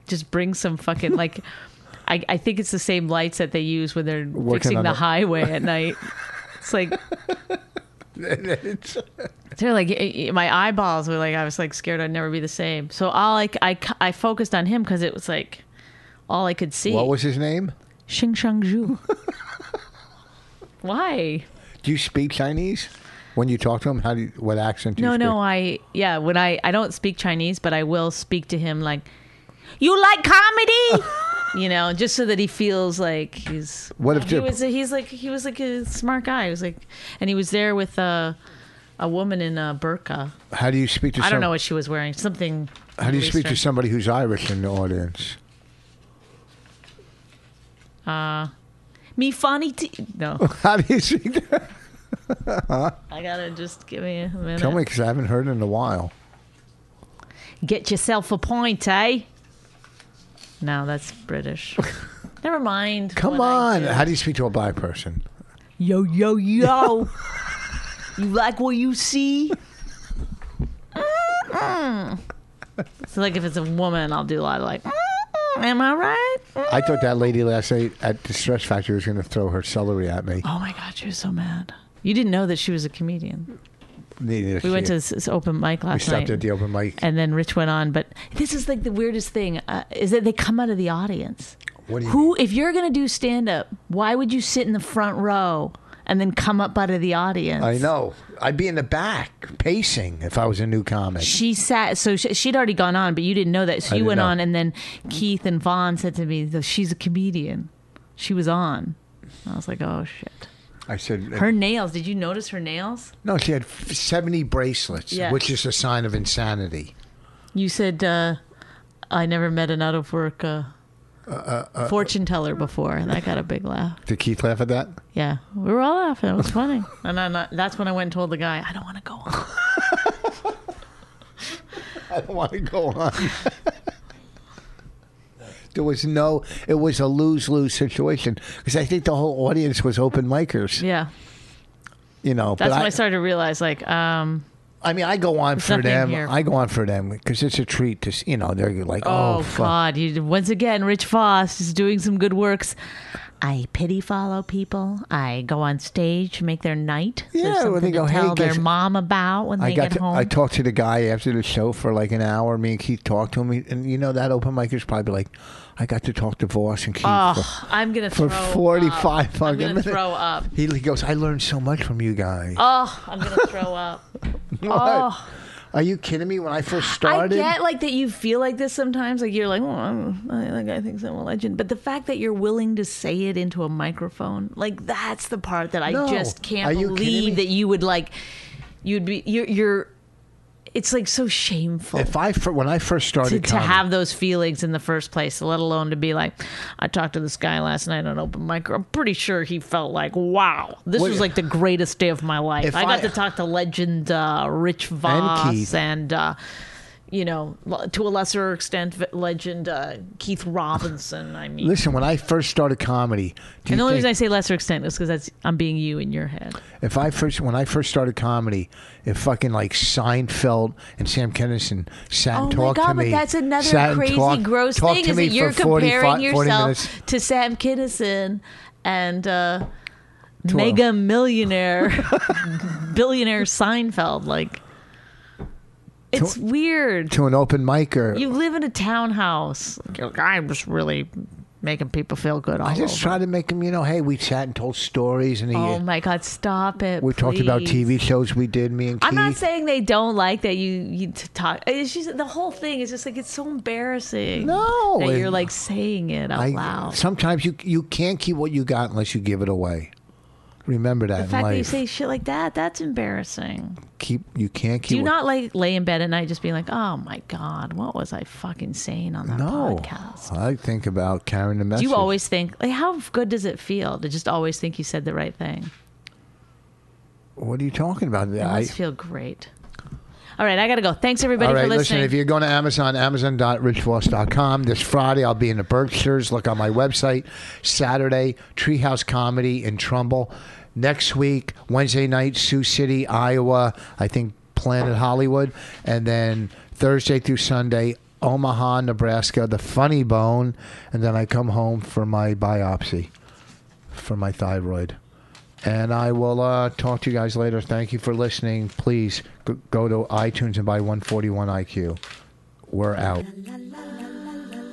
C: just bring some fucking like. I, I think it's the same lights that they use when they're fixing
B: on
C: the
B: it.
C: highway at night. It's like they're like eh, eh, my eyeballs were like I was like scared I'd never be the same. So all I I, I focused on him because it was like all I could see.
B: What was his name?
C: Xing
B: <laughs>
C: Shang Zhu? Why?
B: Do you speak Chinese? When you talk to him, how do you, what accent do
C: No,
B: you speak?
C: no, I yeah. When I I don't speak Chinese, but I will speak to him like, you
B: <laughs>
C: like comedy, you know, just so that he feels like he's.
B: What if
C: he
B: you-
C: was? He's like he was like a smart guy. He was like, and he was there with a a woman in a burqa.
B: How do you speak to
C: I don't
B: some-
C: know what she was wearing. Something.
B: How do you
C: Middle
B: speak to
C: Eastern.
B: somebody who's Irish in the audience? <laughs>
C: Me funny t-
B: <laughs>
C: No,
B: How do you speak to
C: I gotta just give me a minute.
B: Tell me, because I haven't heard in a while.
C: Get yourself a point, eh? No,
B: <laughs>
C: that's British. Never mind.
B: Come
C: what I
B: on.
C: do.
B: How do you speak to a black person?
C: Yo,
B: <laughs>
C: yo, yo. you like what you see? So, like, if it's a woman, I'll do a lot of like, "Mm-mm, am I right? Mm."
B: I thought that lady last night at the Stress Factory was going to throw her celery at me.
C: Oh my God, she was so mad. You didn't know that she was a comedian.
B: Neither
C: We went to
B: she.
C: this, this open mic last
B: we stopped
C: night.
B: at the open mic.
C: and then Rich went on, but this is like the weirdest thing uh, is that they come out of the audience.
B: What do you
C: Who, if you're gonna do stand up, why would you sit in the front row and then come up out of the audience?
B: I know. I'd be in the back pacing if I was a new comic.
C: she sat so she, she'd already gone on but you didn't know that so
B: I
C: you
B: didn't
C: went
B: know.
C: on and then keith and vaughn said to me "Though she's a comedian she was on i was like oh shit
B: I said,
C: her nails did you notice her nails
B: no, she had f- 70 bracelets,
C: Yeah.
B: which is a sign of insanity.
C: you said uh, i never met an out of work uh,
B: uh,
C: fortune teller before and i got a big laugh
B: Did Keith laugh at that?
C: yeah we were all laughing it <laughs> was funny and I'm not, that's when i went and told the guy i don't want to go on
B: <laughs> I <laughs> don't want to go on. there was no, it was a lose lose situation because I think the whole audience was open micers,
C: yeah
B: you know.
C: that's
B: but
C: when I, started to realize like um
B: I mean, I go on for
C: nothing
B: them.
C: here.
B: I go on for them because it's a treat to, s- you know, they're like, oh,
C: Oh,
B: fuck.
C: God! You, once again, Rich Foss is doing some good works. I pity follow people. I go on stage, make their night. There's
B: Yeah, when they
C: something
B: go,
C: to
B: "Hey,
C: tell their
B: guess-
C: mom about when
B: I
C: they
B: got
C: get
B: to,
C: home.
B: I talked to the guy after the show for like an hour. Me and Keith talked to him, He- and you know that open mic is probably like, I got to talk to Voss and Keith.
C: oh, I'm gonna
B: for
C: throw up.
B: forty-five fucking
C: I'm gonna
B: minutes.
C: throw up.
B: He, he goes, I learned so much from you guys.
C: Oh, I'm gonna
B: <laughs>
C: throw up.
B: What?
C: oh.
B: Are you kidding me? When I first
C: I
B: started,
C: get like that you feel like this sometimes. Like you're like, oh, I'm, that guy thinks I'm a legend. But the fact that you're willing to say it into a microphone, like that's the part that I
B: No.
C: just can't
B: Are you kidding me?
C: believe that you would like. You'd be you're. you're it's like so shameful.
B: if I fir- when I first
C: to,
B: started
C: to
B: comedy-
C: have those feelings in the first place, let alone to be like, I talked to this guy last night on open mic. I'm pretty sure he felt like, wow, this
B: What-
C: was like the greatest day of my life.
B: If
C: I got
B: I-
C: to talk to legend uh, Rich Voss and,
B: Keith.
C: uh, you know, l- to a lesser extent, v- legend uh, Keith Robinson. I mean,
B: listen, when I first started comedy, do
C: and the
B: you
C: only
B: think
C: reason I say lesser extent is because that's I'm being you in your head.
B: if I first when I first started comedy, if fucking like Seinfeld and Sam Kinison sat and
C: Oh my
B: talked
C: God!
B: to me,
C: But that's another
B: sat and
C: crazy,
B: talked-
C: gross
B: talked
C: thing
B: to
C: is
B: me
C: that you're
B: for 45
C: comparing
B: 40
C: yourself
B: minutes.
C: to Sam Kinison and uh, mega millionaire, <laughs> billionaire Seinfeld. Like, it's weird.
B: to an open mic or
C: You live in a townhouse. Like, you're like, I'm just really making people feel good. All
B: I just
C: over."
B: try to make them, you know, hey, we sat and told stories and he,
C: Oh my God! Stop it.
B: we talked about
C: please.
B: TV shows we did, me and Keith.
C: I'm not saying they don't like that you you t- talk. It's just the whole thing is just like it's so embarrassing.
B: No,
C: that you're
B: and
C: like saying it out
B: I-
C: loud.
B: Sometimes you you can't keep what you got unless you give it away. Remember that
C: the
B: in
C: fact
B: life.
C: that you say shit like that, that's embarrassing.
B: keep you can't keep
C: Do you
B: what-
C: not like lay in bed at night just being like, oh my god, what was I fucking saying on that
B: no. Oh,
C: podcast?
B: I think about carrying the
C: Do
B: message.
C: you always think like how good does it feel to just always think you said the right thing?
B: What are you talking about?
C: It
B: I,
C: must feel great. All right, I gotta go. Thanks everybody
B: all right,
C: for listening.
B: listen, if you're going to Amazon, amazon.richvoss.com. This Friday, I'll be in the Berkshires. Look on my website. Saturday, Treehouse Comedy in Trumbull. Next week, Wednesday night, Sioux City, Iowa. I think Planet Hollywood. And then Thursday through Sunday, Omaha, Nebraska, the Funny Bone. And then I come home for my biopsy for my thyroid. And I will uh, talk to you guys later. Thank you for listening. Please g- go to iTunes and buy 141 IQ. We're out.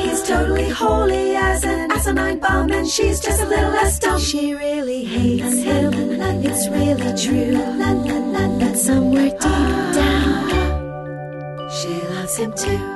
A: He's totally holy as an asinine bomb, and she's just a little less dumb. She really hates him, it's really true. But somewhere deep down, she loves him too.